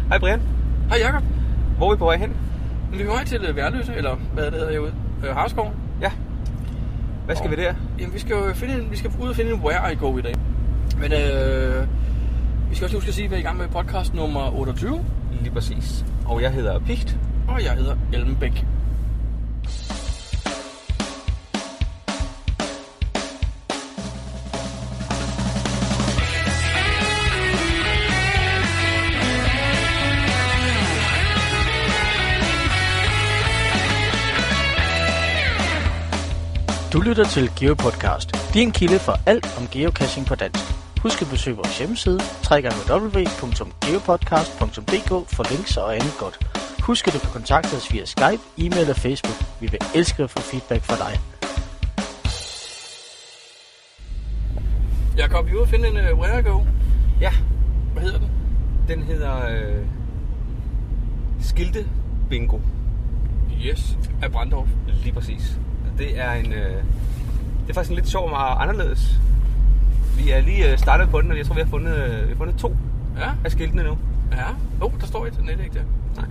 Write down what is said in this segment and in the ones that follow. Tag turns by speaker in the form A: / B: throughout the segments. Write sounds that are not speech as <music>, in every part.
A: Hej Brian.
B: Hej Jakob.
A: Hvor er vi på vej hen?
B: Vi er på vej til øh, Værløse, eller hvad det hedder herude. Øh, Harskov.
A: Ja. Hvad skal
B: Og-
A: vi der?
B: Jamen, vi skal jo finde en, vi skal ud og finde en Where I Go i dag. Men øh, vi skal også lige huske at sige, at vi er i gang med podcast nummer 28.
A: Lige præcis. Og jeg hedder Pigt.
B: Og jeg hedder Elmbæk.
C: Du lytter til GeoPodcast, din kilde for alt om geocaching på dansk. Husk at besøge vores hjemmeside, www.geopodcast.dk for links og andet godt. Husk at du kan kontakte os via Skype, e-mail og Facebook. Vi vil elske at få feedback fra dig.
B: Jakob, vi er ude og finde en øh, Where I Go.
A: Ja,
B: Hvad hedder den?
A: den hedder øh, Skilte Bingo.
B: Yes, af Brandorf.
A: Lige præcis. Og Det er en øh, det er faktisk en lidt sjov og anderledes. Vi er lige øh, startet på den, og jeg tror vi har fundet øh, vi har fundet to
B: Ja,
A: af skiltene nu.
B: ja. Jo, oh, der står et net, ikke der?
A: Nej.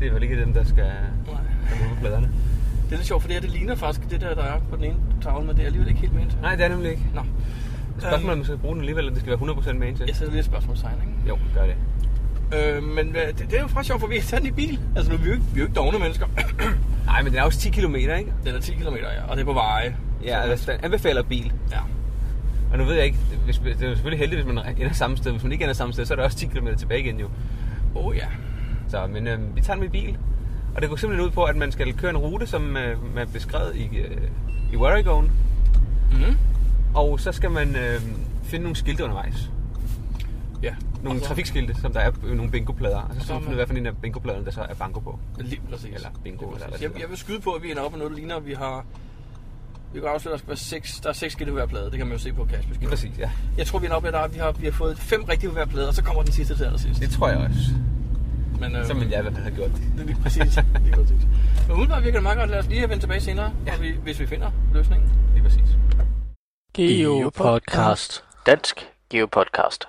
A: Det er vel ikke dem der skal
B: Nej.
A: komme ud på pladerne.
B: Det er lidt sjovt, for det her, det ligner faktisk det der, der er på den ene tavle, men det er alligevel ikke helt ment.
A: Nej, det er nemlig ikke.
B: Nå, Øhm,
A: Spørgsmålet er, om man skal bruge den alligevel, eller det skal være 100% med en til.
B: jeg sætter lige et spørgsmålstegn, ikke?
A: Jo, gør det.
B: Øh, men hvad- det, det, er jo faktisk sjovt, for vi har taget den i bil. Altså, nu er vi jo ikke, vi er jo ikke dogne mennesker. <clears throat>
A: Nej, men den er også 10 km, ikke?
B: den er 10 km, ja, og det er på veje.
A: Ja, altså, den anbefaler bil.
B: ja.
A: Og nu ved jeg ikke, hvis, det er jo selvfølgelig heldigt, hvis man ender samme sted. Hvis man ikke ender samme sted, så er der også 10 km tilbage igen jo.
B: Oh ja.
A: Så, men øh, vi tager den med bil. Og det går simpelthen ud på, at man skal køre en rute, som øh, man beskrevet i, øh, i Warrigoen.
B: Mm.
A: Og så skal man øh, finde nogle skilte undervejs.
B: Ja.
A: Nogle
B: Og så-
A: trafikskilte, som der er øh, nogle bingoplader. Og så skal
B: Så
A: man
B: er
A: finde ud
B: man-
A: af, hvad for en af bingopladerne, der så er banko på.
B: Lige præcis.
A: Eller bingo,
B: Lige
A: eller
B: præcis.
A: hvad det
B: jeg,
A: hedder.
B: jeg vil skyde på, at vi ender op med noget, der ligner, at vi har... Vi kan afsløre, at der skal være seks, der er seks skilte på hver plade. Det kan man jo se på
A: Lige
B: Kasper.
A: præcis, ja.
B: Jeg tror, vi ender op med, at vi har, vi har fået fem rigtige på hver plade, og så kommer den sidste til allersidst.
A: Det tror jeg også.
B: Men, øh,
A: Så ville jeg i hvert fald have gjort det.
B: Det er lige præcis. Lige præcis. Men udenbart virker det meget godt. Lad os lige vende tilbage senere, ja.
A: Ja.
B: vi, hvis vi finder løsningen.
A: Lige præcis.
C: GeoPodcast. Dansk GeoPodcast.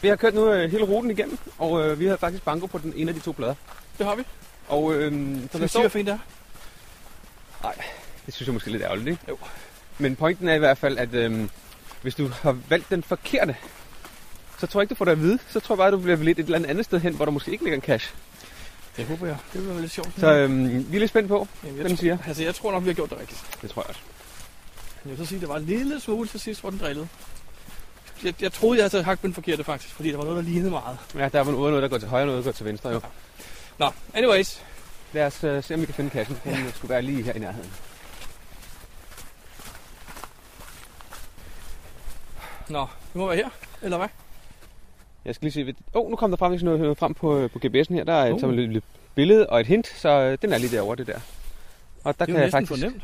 A: Vi har kørt nu øh, hele ruten igennem, og øh, vi har faktisk banko på den ene af de to plader.
B: Det har vi.
A: Og øh, som der
B: Skal vi sige, hvad
A: står,
B: for en det er?
A: det synes jeg måske er lidt ærgerligt, ikke?
B: Jo.
A: Men pointen er i hvert fald, at øh, hvis du har valgt den forkerte, så tror jeg ikke, du får det at vide. Så tror jeg bare, du bliver lidt et eller andet andet sted hen, hvor der måske ikke ligger en cash.
B: Det håber jeg. Det bliver lidt sjovt.
A: Så øh, vi er lidt spændt på,
B: Jamen,
A: hvad den siger.
B: tror, altså, jeg tror nok, vi har gjort det rigtigt.
A: Det tror jeg også.
B: Jeg vil så sige, at det var en lille smule til sidst, hvor den drillede. Jeg, jeg troede, jeg havde hakket den forkerte faktisk, fordi der var noget, der lignede meget.
A: Ja, der er jo noget, der går til højre, noget der går til venstre jo.
B: Nå, anyways.
A: Lad os øh, se, om vi kan finde kassen. Den ja. skulle være lige her i nærheden.
B: Nå, det må være her, eller hvad?
A: Jeg skal lige se... hvad- Åh, oh, nu kom der faktisk noget, noget frem på, øh, på GPS'en her. Der er
B: Uh.
A: uh. tager man et lille billede og et hint, så øh, den er lige derovre, det der. Og der
B: det er
A: kan
B: jo næsten
A: jeg faktisk...
B: fornemt.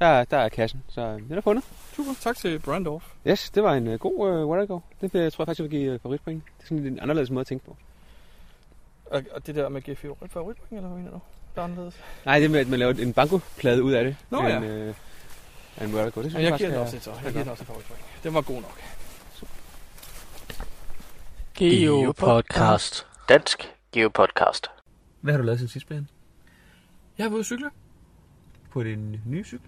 A: Der, der er kassen, så øh, den er fundet.
B: Super, tak til Brandorf.
A: Yes, det var en øh, god øh, what I go. Det øh, tror jeg faktisk, jeg vil give øh, favoritpoint. Det er sådan lidt en anderledes måde at tænke på.
B: Og, og det der med GF favorit favoritpoint, eller hvad mener du? Der er anderledes.
A: Nej, det med, at man laver en bankoplade ud af det.
B: Nå,
A: er
B: ja.
A: en, øh, er en what I go. Det synes
B: Men jeg giver
A: faktisk
B: den
A: er-
B: også et så. Jeg giver den også et favoritpoint. Den var god nok.
C: GeoPodcast. Dansk GeoPodcast.
A: Hvad har du lavet siden sidst, Brian?
B: Jeg har været ude at cykle.
A: På din nye cykel?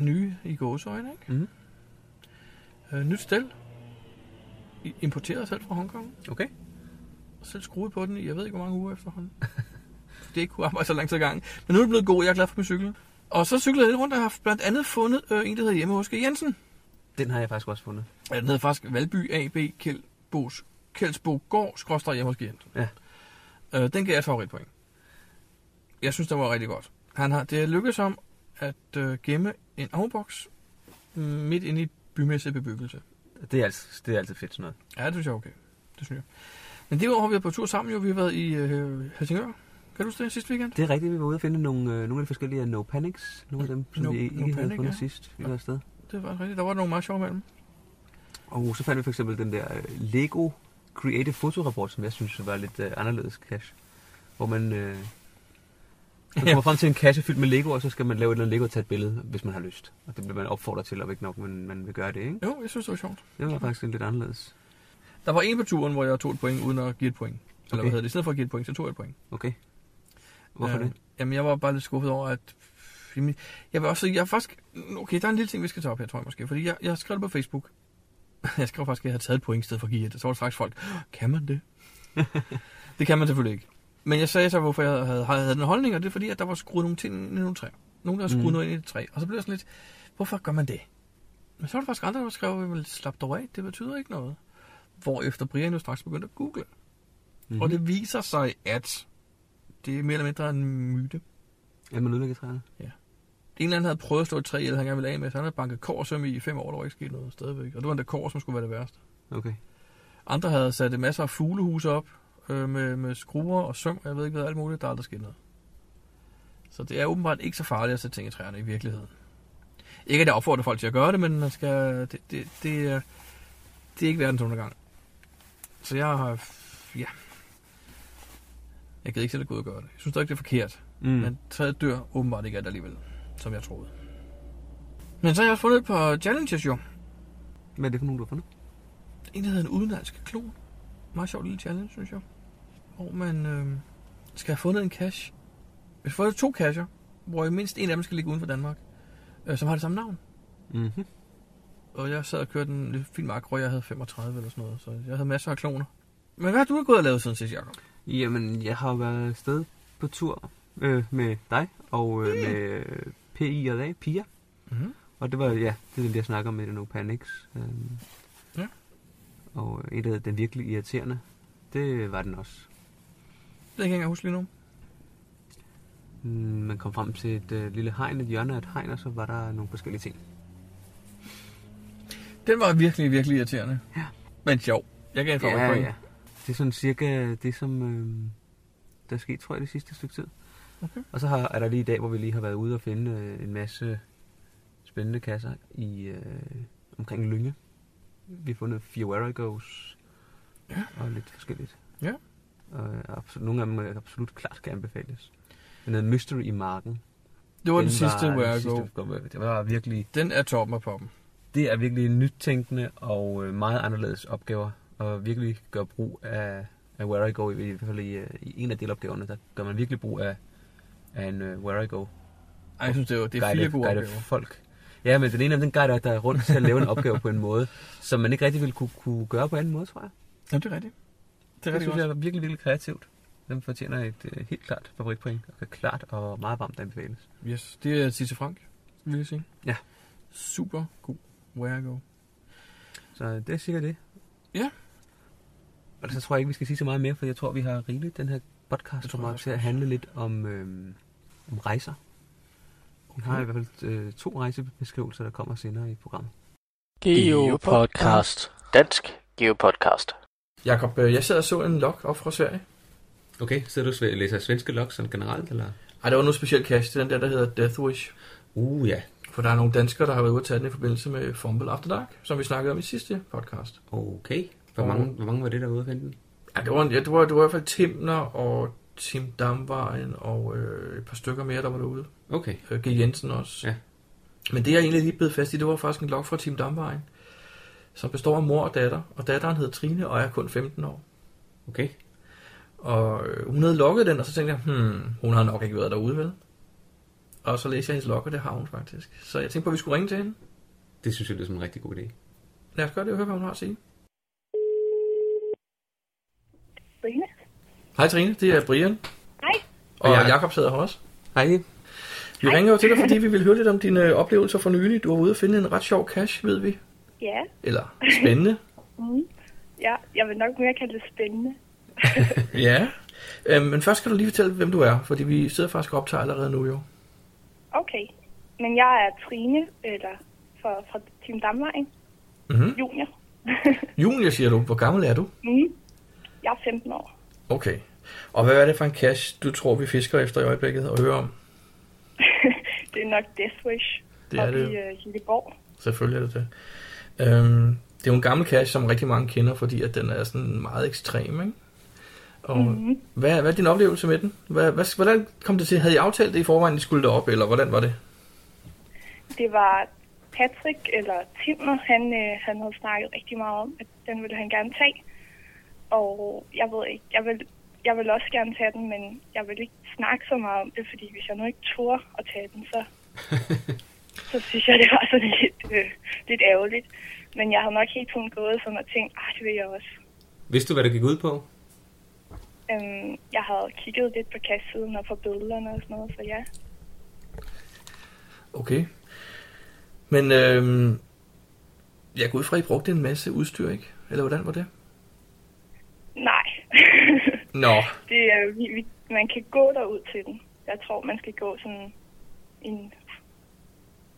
B: Nye i gåseøjne, ikke?
A: Mhm.
B: Øh, nyt stel. I- Importeret selv fra Hongkong.
A: Okay.
B: selv skruet på den i, jeg ved ikke, hvor mange uger efterhånden. Fordi jeg ikke kunne arbejde så lang tid ad gangen. Men nu er det blevet god, jeg er glad for min cykel. Og så cyklede jeg lidt rundt, og jeg har blandt andet fundet øh, en, der hedder Hjemme hos G. Jensen.
A: Den har jeg faktisk også fundet.
B: Ja, den hedder faktisk Valby AB Kjeldbos, Kjeldsbo Gård, skråstrej Hjemme hos G. Jensen.
A: Ja.
B: Øh, den gav jeg et favoritpoint. Jeg synes, det var rigtig godt. Han har, det er lykkedes ham at øh, gemme en afboks midt inde i bymæssig bebyggelse.
A: Det er altid, det er altid fedt sådan noget.
B: Ja, det synes jeg er okay. Det synes jeg. Men det har vi været på tur sammen jo. Vi har været i øh, Helsingør. Kan du huske det sidste weekend?
A: Det er rigtigt, vi var ude og finde nogle, øh, nogle af de forskellige No Panics. Nogle af dem, som
B: No-
A: vi ikke
B: No
A: havde
B: Panic,
A: fundet
B: ja.
A: sidst, vi var afsted.
B: Det var rigtigt. Der var nogle meget sjove mellem.
A: Og så fandt vi for eksempel den der øh, Lego Creative Fotorapport, som jeg synes var lidt øh, anderledes cache. Hvor man, øh, man kommer frem til en kasse fyldt med Lego, og så skal man lave et eller andet Lego og tage et billede, hvis man har lyst. Og det bliver man opfordret til, og ikke nok, men man vil gøre det, ikke?
B: Jo, jeg synes, det var sjovt.
A: Det var faktisk lidt anderledes.
B: Der var en på turen, hvor jeg tog et point, uden at give et point. Eller
A: Okay.
B: hvad hedder det? I stedet for at give et point, så tog jeg et point.
A: Okay. Hvorfor
B: Øh,
A: det?
B: Jamen, jeg var bare lidt skuffet over, at... jamen, Jeg vil også sige, jeg er faktisk... Okay, der er en lille ting, vi skal tage op her, tror jeg måske. Fordi jeg, jeg skrev det på Facebook. <laughs> Jeg skrev faktisk, at jeg havde taget et point i stedet for at give et. Så var der faktisk folk, kan man
A: <laughs>
B: det? det kan man selvfølgelig ikke. Men jeg sagde så, hvorfor jeg havde, havde, havde den holdning, og det er fordi, at der var skruet nogle ting ind i nogle træer. Nogen, der havde skruet
A: Mm.
B: mm. noget ind i et træ. Og så blev jeg sådan lidt, hvorfor gør man det? Men så var der faktisk andre, der skrev, at slap dog af, det betyder ikke noget. Hvorefter Brian jo straks begyndte at google.
A: Mm-hmm.
B: Mm. Og det viser sig, at det er mere eller mindre en myte.
A: Er man ødelægger træerne?
B: En eller anden havde prøvet at slå et træ, eller han gerne ville af med, så han havde banket korsøm i i fem år, der var ikke sket noget stadigvæk. Og det var endda kår, som skulle være det værste.
A: Okay.
B: Andre havde sat øh, masser af fuglehuse op øh, med, med skruer og søm, og jeg ved ikke hvad, alt muligt, der er aldrig sket noget. Så det er åbenbart ikke så farligt at sætte ting i træerne i virkeligheden. Ikke at jeg opfordrer folk til at gøre det, men man skal, det, det, det, er- det er ikke verdens undergang. Så jeg har, ja, jeg gider ikke selv at gå ud og gøre det. Jeg synes stadig, det er forkert.
A: Mm.
B: Men træet dør åbenbart ikke af det alligevel, som jeg troede. Men så har jeg også fundet et par challenges jo.
A: Hvad er det for nogen, du har fundet?
B: En, der hedder en udenlandsk klon. Meget sjov lille challenge, synes jeg. Hvor man øh, skal have fundet en cache. Hvis får to cacher, hvor mindst en af dem skal ligge uden for Danmark, øh, som har det samme navn.
A: Mm-hmm.
B: Og jeg sad og kørte en lidt fin mark, hvor jeg havde 35 eller sådan noget, så jeg havde masser af kloner. Men hvad har du gået og lavet siden sidst, Jacob?
A: Jamen, jeg har været afsted på tur øh, med dig og øh, mm. med øh, PI og A, Pia.
B: Mm-hmm.
A: Og det var, ja, det er den, jeg snakker om med den Panix. Øh,
B: Ja.
A: Og øh, en, der hedder Den Virkelig Irriterende. Det var den også.
B: Det kan jeg ikke engang huske lige nu.
A: Mm, Man kom frem til et øh, lille hegn, et hjørne af et hegn, og så var der nogle forskellige ting.
B: Den var virkelig, virkelig irriterende.
A: Ja.
B: Men sjov. Jeg gav en favorit point.
A: Det er sådan cirka det, som øh, der er sket, tror jeg, det sidste stykke tid.
B: Okay.
A: Og så har, er der lige i dag, hvor vi lige har været ude og finde øh, en masse spændende kasser i øh, omkring Lynge. Vi har fundet fire Waragos
B: Ja.
A: og lidt forskelligt.
B: Ja.
A: Og øh, absolut, nogle af dem øh, absolut klart kan anbefales. Den hedder Mystery i Marken.
B: Det var den, sidste Where I Go.
A: go. Det var virkelig
B: Den er toppen af poppen.
A: Det er virkelig nytænkende og øh, meget anderledes opgaver, og virkelig gør brug af, af Where I Go, i hvert fald i, øh, i en af delopgaverne, der gør man virkelig brug af, af en uh, Where I Go.
B: Ej, jeg synes, det er, det er fire gode opgaver.
A: folk. Ja, men den ene af dem, den guider der rundt til at lave en opgave på en måde, som man ikke rigtig ville kunne, kunne gøre på anden måde, tror jeg.
B: Jamen, det er rigtigt. Det er
A: Det
B: rigtig
A: synes
B: godt.
A: jeg er virkelig, virkelig kreativt. Den fortjener et øh, helt klart favoritpoint, og kan klart og meget varmt anbefales.
B: Yes, det er Tisse Frank, vil jeg sige.
A: Ja.
B: Super god Where I Go.
A: Så det er sikkert det.
B: Ja.
A: Og så tror jeg ikke, vi skal sige så meget mere, for jeg tror, vi har rigeligt den her podcast
B: Det tror
A: kommer
B: jeg
A: til
B: også.
A: at handle lidt om, øhm, om rejser. Vi har i
B: Mm.
A: hvert fald øh, to rejsebeskrivelser, der kommer senere i programmet.
C: Geopodcast. Dansk Geopodcast.
B: Jakob, øh, jeg sad og så en log op fra Sverige.
A: Okay, sidder du og læser svenske logs sådan generelt, eller?
B: Ej, der var noget specielt cash, den der, der hedder Death Wish.
A: Uh, ja.
B: For der er nogle danskere, der har været ude at tage den i forbindelse med Fumble After Dark, som vi snakkede om i sidste podcast.
A: Okay.
B: Hvor mange-
A: hvor mange var det, der var ude at finde den?
B: Ja, det var, en, ja, det var, det var i hvert fald Timner og Tim Damvejen og øh, et par stykker mere, der var derude.
A: Okay.
B: Øh, G. Jensen også.
A: Ja.
B: Men det, jeg egentlig lige blev fast i, det var faktisk en log fra Team Damvejen, som består af mor og datter, og datteren hed Trine og er kun 15 år.
A: Okay.
B: Og øh, hun havde logget den, og så tænkte jeg, hmm, hun har nok ikke været derude, vel? Og så læste jeg hendes log, og det har hun faktisk. Så jeg tænkte på, at vi skulle ringe til hende.
A: Det synes jeg lyder som en rigtig god idé.
B: Lad os gøre det og høre, hvad hun har at sige.
D: Trine.
B: Hej Trine, det er Brian.
D: Hej.
A: Og
B: Og
A: Jakob.
B: Jakob sidder her også.
A: Hej.
B: Vi ringer jo til dig, fordi vi vil høre lidt om dine oplevelser for nylig. Du var ude og finde en ret sjov cash, ved vi.
D: Ja.
B: Eller spændende.
D: Mm. ja, jeg vil nok mere kalde det spændende.
B: Ja, øhm, men først skal du lige fortælle, hvem du er, fordi vi sidder faktisk og optager allerede nu jo.
D: Okay. Men jeg er Trine, eller fra, fra Team Damvejen,
B: Mm-hmm.
D: junior. <laughs>
B: Julia, siger du. Hvor gammel er du?
D: mm. Jeg er 15 år. <laughs>
B: Okay. Og hvad er det for en cash, du tror, vi fisker efter i øjeblikket og hører om?
D: det er nok Death Wish.
B: Det er
D: oppe
B: det
D: i
B: jo.
D: øh, Gilleborg.
B: Selvfølgelig er det det. Øhm, det er jo en gammel cash, som rigtig mange kender, fordi at den er sådan meget ekstrem, ikke? Og mm-hmm. hvad, hvad er din oplevelse med den? Hvad, hvad, hvordan kom det til? Havde I aftalt det i forvejen, I skulle derop, eller hvordan var det?
D: Det var Patrick, eller Timmer, han, øh, han havde snakket rigtig meget om, at den ville han gerne tage. Og jeg ved ikke, jeg vil, jeg vil også gerne tage den, men jeg vil ikke snakke så meget om det, fordi hvis jeg nu ikke turde at tage den, så, så synes jeg, det var sådan lidt, øh, lidt ærgerligt. Men jeg har nok helt tiden gået sådan og tænkt, ah, det vil jeg også.
E: Vidste du, hvad det gik ud på?
D: Øhm, jeg havde kigget lidt på kastsiden og på billederne og sådan noget, så ja.
B: Okay. Men øhm, jeg går ud fra, at I brugte en masse udstyr, ikke? Eller hvordan var det?
D: Nej. <laughs>
B: Nå,
D: det er, vi, vi, man kan gå derud til den. Jeg tror, man skal gå sådan en...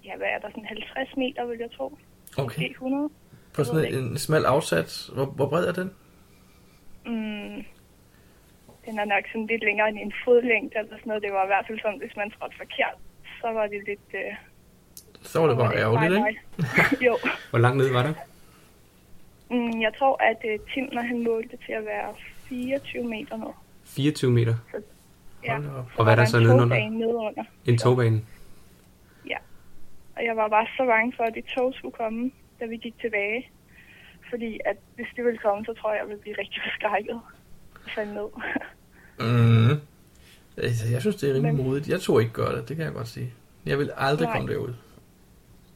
D: Ja, hvad er der? Sådan 50 meter, vil jeg tro. Måske
B: okay.
D: 100.
B: På sådan en, en smal afsats. Hvor, hvor bred er den?
D: Mm, den er nok sådan lidt længere end en fodlængde eller sådan noget. Det var i hvert fald sådan, hvis man trådte forkert, så var det lidt... Øh,
B: Så var det
D: så var
B: bare ærgerligt,
D: bye-bye.
B: ikke?
D: <laughs> jo.
E: Hvor langt ned var det?
D: Mm, jeg tror, at øh, Tim, når han målte til at være 24 meter ned.
E: 24 meter.
D: Ja.
B: Hold da op.
E: Og hvad er der så nedenunder?
D: En nedenunder.
E: En togbane.
D: Og jeg var bare så bange for, at det tog skulle komme, da vi gik tilbage. Fordi at hvis det ville komme, så tror jeg, jeg ville blive rigtig forskrækket. Og falde ned. <laughs>
B: Mm. Altså, jeg synes, det er rimelig
D: Men-
B: modigt. Jeg tror ikke gøre det, det kan jeg godt sige. Jeg vil aldrig
D: Nej.
B: komme derud.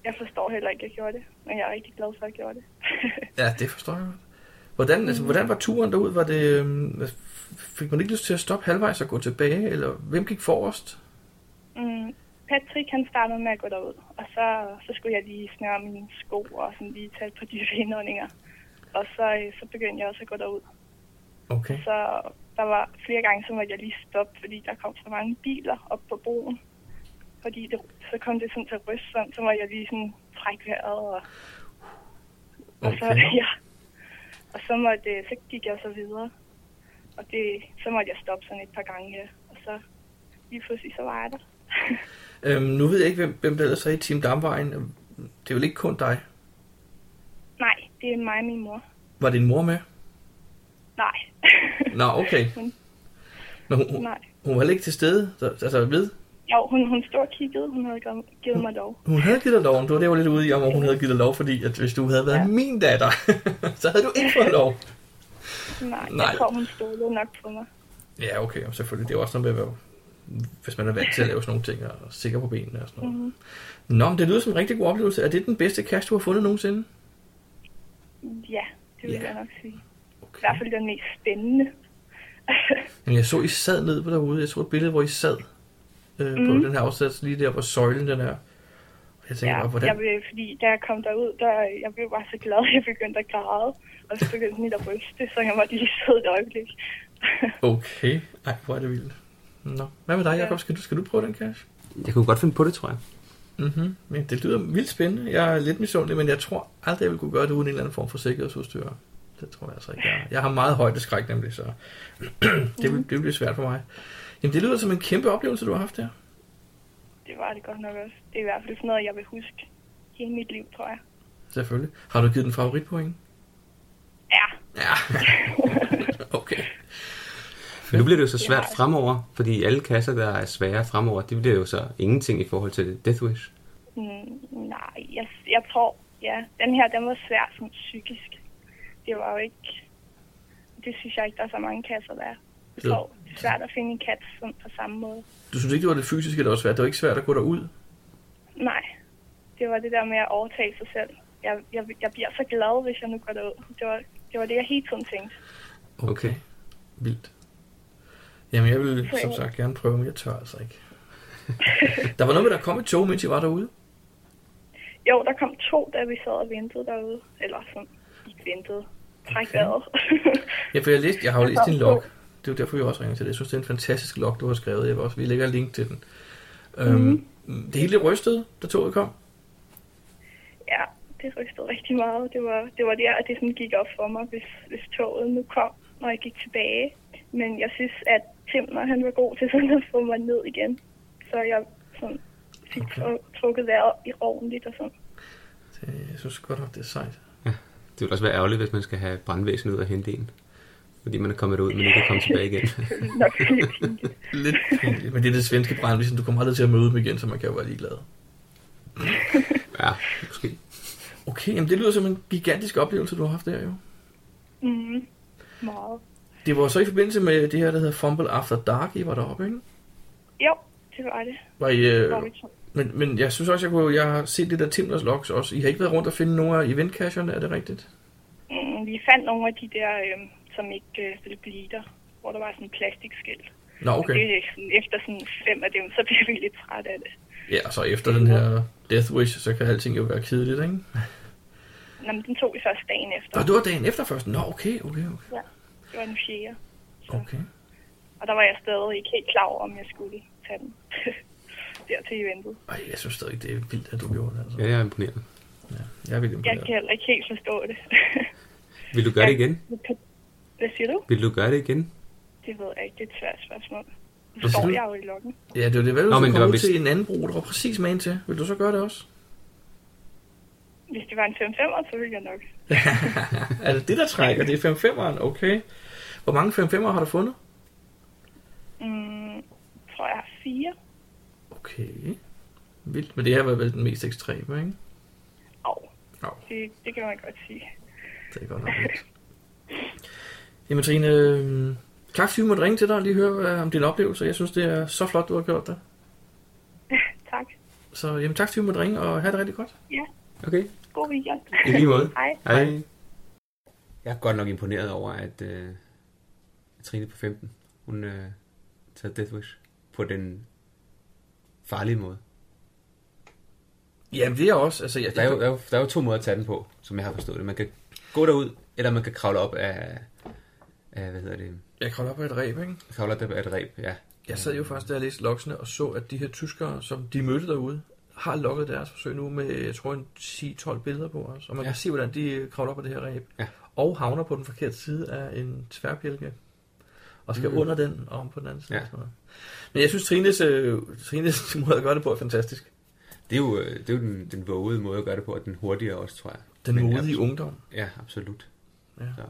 D: Jeg forstår heller ikke, at jeg gjorde det. Men jeg er rigtig glad for, at jeg gjorde det. <laughs>
B: Ja, det forstår jeg godt. Hvordan, altså, hvordan var turen derud? Var det, øhm, altså, fik man ikke lyst til at stoppe halvvejs og gå tilbage? Eller hvem gik forrest?
D: Mm, Patrick han startede med at gå derud, og så, så skulle jeg lige snøre mine sko og sådan lige tage et par <laughs> dybe indåndinger. Og så, øh, så begyndte jeg også at gå derud.
B: Okay.
D: Så der var flere gange, så måtte jeg lige stoppe, fordi der kom så mange biler op på broen. Fordi det, så kom det sådan til at ryste sådan, så måtte jeg lige sådan trække vejret. Og, og, så,
B: Okay.
D: <laughs> ja. og så, måtte, øh, så gik jeg så videre. Og det, så måtte jeg stoppe sådan et par gange, ja. og så lige pludselig så var jeg der. <laughs>
B: Øhm, nu ved jeg ikke, hvem, hvem der ellers er i Team Damvejen. Øhm, Det er vel ikke kun dig.
D: Nej, det er mig og min mor.
B: Var din mor med?
D: Nej. <laughs>
B: Nå, okay.
D: Hun-
B: Nå, hun, hun,
D: Nej.
B: hun var heller ikke til stede, der, altså ved.
D: Jo, hun, hun stod og kiggede. Hun havde gav- givet mig lov.
B: Hun havde givet dig lov, det var det, jeg var lidt ude i, om hun havde givet dig lov, fordi at hvis du havde været ja.
D: Ja.
B: min datter, <laughs> så havde du ikke fået lov.
D: Nej,
B: Nej.
D: jeg tror, hun stolede nok på mig.
B: Ja, okay, og selvfølgelig. Det er jo også noget med at være, hvis man er vant til at lave sådan nogle ting, og sikker på benene og sådan noget.
D: Mhm.
B: Mm-hmm. Nå, men det lyder som en rigtig god oplevelse. Er det den bedste cash, du har fundet nogensinde?
D: Ja, det vil
B: Ja.
D: ja. jeg nok sige. I
B: Okay.
D: hvert fald den mest spændende.
B: Men jeg så, I sad ned på derude. Jeg så et billede, hvor I sad øh, mm. på den her afsats, lige der, hvor søjlen den er. Og jeg <laughs> tænker
D: ja,
B: bare, hvordan...
D: jeg blev, fordi da jeg kom derud, der, jeg blev bare så glad, at jeg begyndte at græde. Og så begyndte den lidt at ryste, så jeg måtte lige sidde et øjeblik. <laughs>
B: Okay. Ej, hvor er det vildt. Nå. Hvad med dig, Jacob? Skal du, skal du prøve den cash?
A: Jeg kunne godt finde på det, tror jeg.
B: Mhm. Men det lyder vildt spændende. Jeg er lidt misundelig, men jeg tror aldrig, jeg ville kunne gøre det uden en eller anden form for sikkerhedsudstyr. Det tror jeg altså ikke, jeg er. Jeg har meget højdeskræk nemlig, så <clears throat> det, vil, det bliver svært for mig. Jamen, det lyder som en kæmpe oplevelse, du har haft der.
D: det var det godt nok også. Det er i hvert fald sådan noget, jeg vil huske hele mit liv, tror jeg.
B: Selvfølgelig. Har du givet den favoritpoint?
D: Ja,
B: Ja. <laughs> okay.
E: Men nu bliver det jo så svært fremover, fordi alle kasser, der er svære fremover, det bliver jo så ingenting i forhold til Death Wish.
D: mm, nej, jeg, jeg tror, ja, den her, den var svær som psykisk. Det var jo ikke, det synes jeg ikke, der er så mange kasser, der er. Jeg
B: Ja.
D: tror, det er svært at finde en kat sådan på samme måde.
B: Du synes ikke, det var det fysiske, der var svært? Det var ikke svært at gå derud?
D: Nej, det var det der med at overtale sig selv. Jeg, jeg, jeg bliver så glad, hvis jeg nu går derud. Det var det, var det jeg hele tiden tænkte.
B: Okay. Vildt. Jamen, jeg vil
D: Prøv.
B: som sagt gerne prøve, men jeg tør altså ikke. <laughs> der var noget med, der kom et tog, mens I var derude.
D: Jo, der kom to, da vi sad og ventede derude. Eller sådan, ikke ventede. Træk
B: Okay.
D: vejret. <laughs>
B: Ja, for jeg, læste, jeg har jo
D: Der
B: læst
D: kom
B: din
D: to.
B: log. Det er jo derfor, jeg også ringer til det. Jeg synes, det er en fantastisk log, du har skrevet. Jeg vil også, vi lægger et link til den. Øhm, det hele det rystede, da toget kom.
D: ja, det rystede rigtig meget. Det var, det var der, at det sådan gik op for mig, hvis, hvis toget nu kom, når jeg gik tilbage. Men jeg synes, at Tim, når han var god til sådan at få mig ned igen. Så jeg sådan, fik
B: Okay.
D: tru- trukket vejret i ordentligt og sådan.
B: Det, jeg synes godt nok, det er sejt.
E: Det vil også være ærgerligt, hvis man skal have brandvæsenet ud og hente en. Fordi man er kommet ud, men ikke er kommet tilbage igen.
D: Det er nok lidt pinligt.
B: Lidt pinligt, men det er det svenske brandvæsen. Du kommer aldrig til at møde dem igen, så man kan jo være ligeglad.
E: <laughs> ja, måske.
B: Okay, jamen det lyder som en gigantisk oplevelse, du har haft der jo.
D: Mhm. meget.
B: Det var så i forbindelse med det her, der hedder Fumble After Dark, I var deroppe, ikke?
D: Jo, det var det.
B: Var I, øh,
D: Hvor vi tog.
B: men, men jeg synes også, jeg, kunne, jeg har set det der Timlers Logs også. I har ikke været rundt og finde nogle af eventcacherne, er det rigtigt?
D: Mm, vi fandt nogle af de der, øh, som ikke øh, ville blive der, hvor der var sådan en plastikskilt.
B: Nå,
D: Og det,
B: okay.
D: er jo sådan, efter sådan fem af dem, så bliver vi lidt træt af det.
B: Ja, så efter den her Death Wish, så kan alting jo være kedeligt, ikke?
D: Nå, men den tog vi først dagen efter.
B: Nå, det var dagen efter først. Nå, okay, okay, okay.
D: Det var den fjerde. Så-
B: okay.
D: Og der var jeg stadig ikke helt klar over, om jeg skulle tage den <laughs> der til eventet.
B: Ej, jeg synes stadig, det er vildt, at du gjorde det, altså.
A: Ja, jeg er imponeret.
B: Jeg er vildt
D: Jeg
B: imponeret.
D: kan heller ikke helt forstå det. <laughs>
A: Vil du gøre det igen?
D: Hvad siger du?
A: Vil du gøre det igen?
D: Det ved jeg ikke. Det er et svært spørgsmål. Nu
B: Hvad siger
D: står
B: du?
D: jeg jo i lokken.
B: Ja, det var det, hvad du
A: Nå,
B: Nå,
A: men
B: men
A: det var
B: ud
A: vist-
B: til en anden bro, der var præcis magen til. Vil du så gøre det
A: <laughs>
B: også?
D: Hvis det var en 5 5 så ville jeg nok.
B: Er det det, der trækker? Det er 5-5'eren, okay. Hvor mange 5-5'ere har du fundet?
D: Mm, tror jeg har fire.
B: Okay. Vildt, men det her var vel den mest ekstreme, ikke?
D: Au.
B: Au.
D: Det, det kan man godt sige. <laughs>
B: Det er godt nok vildt. Jamen Trine, øh, tak fordi vi måtte ringe til dig og lige høre øh, om dine oplevelser. Jeg synes, det er så flot, du har gjort det.
D: Tak.
B: Så jamen, tak fordi vi måtte ringe, og have det rigtig godt.
A: Okay,
D: God weekend.
A: i lige måde.
D: <laughs> Hej.
A: Hej. Jeg er godt nok imponeret over, at øh, Trine på 15, hun øh, tager Death Wish på den farlige måde.
B: Jamen det er også. Altså, jeg,
A: Der er, jo, der, er jo, der er jo to måder at tage den på, som jeg har forstået det. Man kan gå derud, eller man kan kravle op af, af hvad hedder det,
B: jeg kravler op ad et ræb, ikke?
A: kravle op af et ræb, ja.
B: Jeg sad jo faktisk, da jeg læste loksene, og så, at de her tyskere, som de mødte derude, har lukket deres forsøg nu med, jeg tror, en 10-12 billeder på os. Og man ja. kan se, hvordan de øh, kravler op ad det her ræb.
A: Ja.
B: Og havner på den forkerte side af en tværpilke. Og skal mm. under den og om på den anden side.
A: Ja.
B: Ja. Sådan noget. Men jeg synes, Trines, øh, Trines <laughs> måde at gøre det på er fantastisk.
A: Det er jo, øh, det er jo den, den vågede måde at gøre det på, og den hurtigere også, tror jeg.
B: Den
A: Men
B: modige
A: absolut-
B: ungdom.
A: Ja, absolut.
B: Ja.
A: Så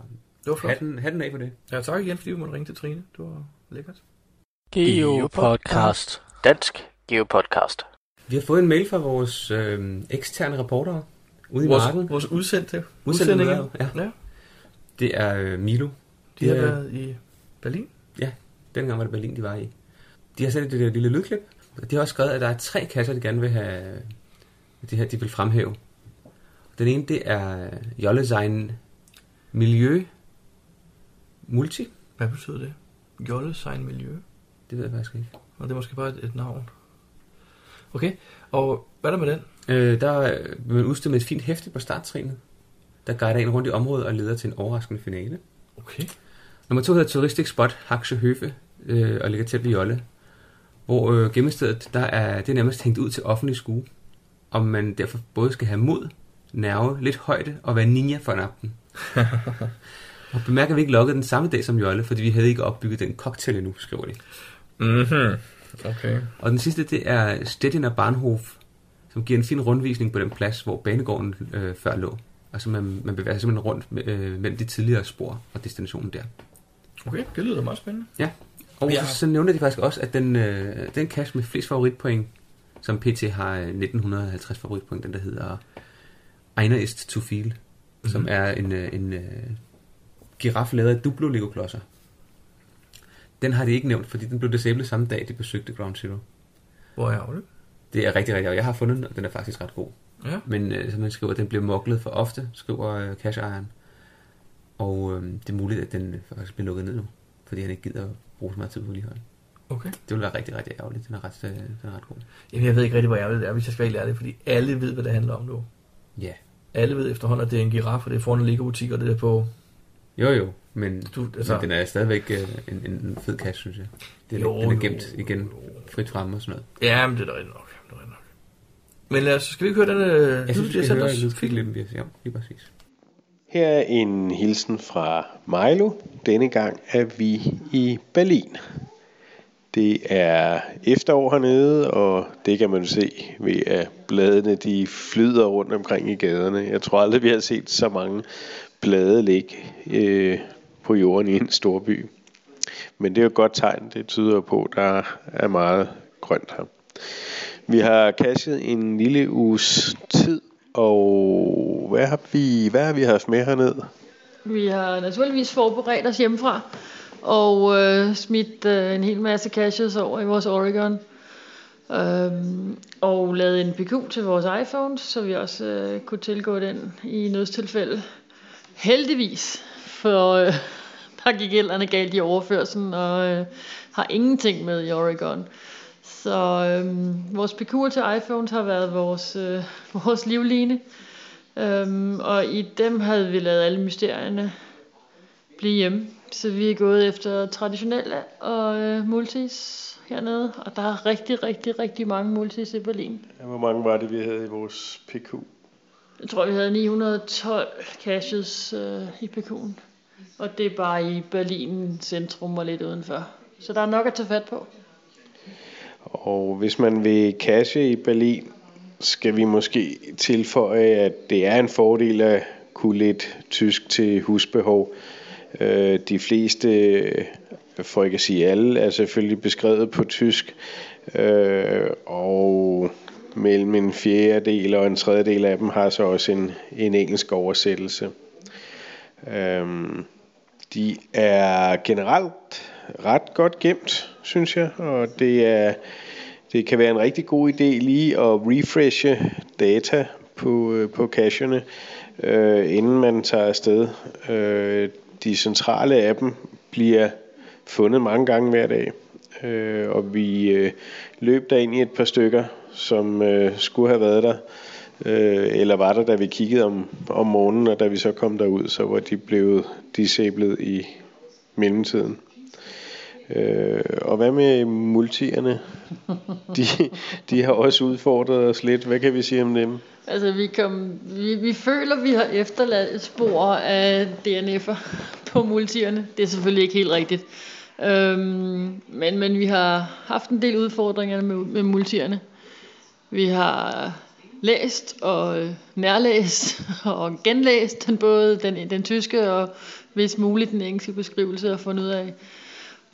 B: Det var flot.
A: hatten, hatten af for det.
B: Ja, tak igen, fordi vi måtte ringe til Trine. Det var lækkert.
C: Geopodcast. Dansk Geopodcast.
A: Vi har fået en mail fra vores øh, eksterne reportere ude i marken.
B: Vores, vores udsendte udsendinger.
A: Ja.
B: Ja.
A: Det er øh, Milo.
B: De har
A: Ja.
B: været i Berlin.
A: Ja, dengang var det Berlin, de var i. De har sendt et øh, lille lydklip. og De har også skrevet, at der er tre kasser, de gerne vil have, de her, de vil fremhæve. Den ene, det er øh, Jollesign Miljø Multi.
B: Hvad betyder det? Jolle Sein Miljø.
A: Det ved jeg faktisk ikke.
B: Og det er måske bare et, et navn. Okay, og hvad er der med den?
A: Øh, der er man udstillet med et fint hæfte på starttrinet, der guider en rundt i området og leder til en overraskende finale.
B: Okay.
A: Nummer to hedder Touristic Spot Haksø Høfe øh, og ligger tæt ved Jolle, hvor øh, gemmestedet der er, det er nærmest hængt ud til offentlig skue, og man derfor både skal have mod, nerve, lidt højde og være ninja for en aften. og bemærk, at vi ikke lukkede den samme dag som Jolle, fordi vi havde ikke opbygget den cocktail endnu, skriver de.
B: Mhm. Okay.
A: Og den sidste, det er Stediner Barnhof, som giver en fin rundvisning på den plads, hvor banegården øh, før lå. Altså man, man bevæger sig simpelthen rundt øh, mellem de tidligere spor og destinationen der.
B: Okay, det lyder da meget spændende.
A: Ja. Og
B: Ja.
A: ja. så nævner de faktisk også, at den, øh, den kasse med flest favoritpoint, som PT har øh, 1950 favoritpoint, den der hedder Einer ist zu viel, mm-hmm. som er en, øh, en øh, giraf lavet af duplo legoklodser. Den har de ikke nævnt, fordi den blev disablet samme dag, de besøgte Ground Zero.
B: Hvor er Aule?
A: Det er rigtig, rigtig, og jeg har fundet den, og den er faktisk ret god.
B: Ja.
A: Men øh, som han skriver, den bliver moklet for ofte, skriver øh, cashejeren. Og øh, det er muligt, at den øh, faktisk bliver lukket ned nu, fordi han ikke gider at bruge så meget tid på vedligehold.
B: Okay.
A: Det ville være rigtig, rigtig ærgerligt. Den er ret, øh, den er ret god.
B: Jamen, jeg ved ikke rigtig, hvor ærgerligt det er, hvis jeg skal være helt ærlig, fordi alle ved, hvad det handler om nu.
A: Ja.
B: Alle ved efterhånden, at det er en giraf, og det er foran en Lego-butik, og det er på...
A: Jo, jo. Men,
B: Du,
A: du,
B: altså-
A: altså... men den er stadigvæk øh, en, en, en fed cash, synes jeg. Den,
B: Jo,
A: jo, den
B: jo,
A: er gemt
B: jo,
A: igen
B: jo.
A: frit frem og sådan noget.
B: Ja, men det er da rigtigt nok. Det er da rigtigt nok. Men lad os, skal vi ikke høre den øh,
A: Jeg synes,
B: lyd,
A: vi skal
B: de har sendt
A: høre
B: os?
A: lydklippet lidt mere. Ja, lige præcis.
F: Her er en hilsen fra Milo. Denne gang er vi i Berlin. Det er efterår hernede, og det kan man se ved, at bladene de flyder rundt omkring i gaderne. Jeg tror aldrig, vi har set så mange blade ligge øh, på jorden i en stor by. Men det er jo et godt tegn. Det tyder jo på, at der er meget grønt her. Vi har cashet en lille uges tid, og hvad har vi, hvad har vi haft med herned?
G: Vi har naturligvis forberedt os hjemmefra og øh, smidt øh, en hel masse caches over i vores Oregon. Øhm, og lavet en PQ til vores iPhone, så vi også øh, kunne tilgå den i nødstilfælde. Heldigvis, for øh, der gik ældrene galt i overførselen og øh, har ingenting med i Oregon. Så øh, vores PQ'er til iPhones har været vores, øh, vores livline. Øhm, og i dem havde vi lavet alle mysterierne blive hjemme. Så vi er gået efter traditionelle og øh, multis hernede. Og der er rigtig, rigtig, rigtig mange multis i Berlin.
F: Hvor mange var det, vi havde i vores PQ?
G: Jeg tror, vi havde 912 caches øh, i PK'en. Og det er bare i Berlin centrum og lidt udenfor. Så der er nok at tage fat på.
F: Og hvis man vil cache i Berlin, skal vi måske tilføje, at det er en fordel at kunne lidt tysk til husbehov. Øh, De fleste, øh, for ikke at sige alle, er selvfølgelig beskrevet på tysk, øh, og mellem en fjerdedel og en tredjedel af dem har så også en, en engelsk oversættelse. Øhm, De er generelt ret godt gemt, synes jeg, og det er det kan være en rigtig god idé lige at refreshe data på, øh, på cacherne, øh, inden man tager afsted. Øh, de centrale af dem bliver fundet mange gange hver dag, øh, og vi øh, løb der ind i et par stykker, som øh, skulle have været der, øh, eller var der, da vi kiggede om, om morgenen, og da vi så kom derud, så var de blevet disablet i mellemtiden. Øh, og hvad med multierne? De, de har også udfordret os lidt. Hvad kan vi sige om dem?
G: Altså, vi, kom, vi, vi føler, vi har efterladt et spor af DNF'er på multierne. Det er selvfølgelig ikke helt rigtigt. Øhm, men, men vi har haft en del udfordringer med, med multierne. Vi har læst og øh, nærlæst <laughs> og genlæst den, både den, den tyske og hvis muligt den engelske beskrivelse og fundet ud af,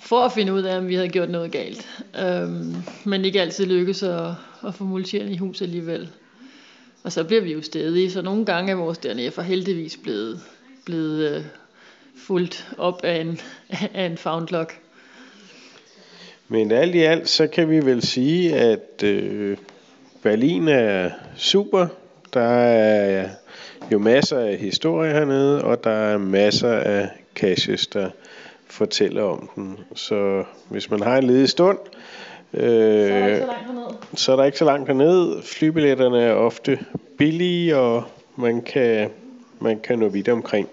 G: for at finde ud af, om vi havde gjort noget galt. Øhm, men ikke altid lykkes at, at få multierne i hus alligevel. Og så bliver vi jo stedige, så nogle gange er vores DNF'er heldigvis blevet, blevet øh, fuldt op af en, af en found log.
F: Men alt i alt, så kan vi vel sige, at øh, Berlin er super. Der er jo masser af historie hernede, og der er masser af caches, der fortæller om den. Så hvis man har en ledig stund,
G: Så er der
F: øh,
G: ikke så langt hernede.
F: så er der ikke så langt derned. Flybilletterne er ofte billige, og man kan, man kan nå vidt omkring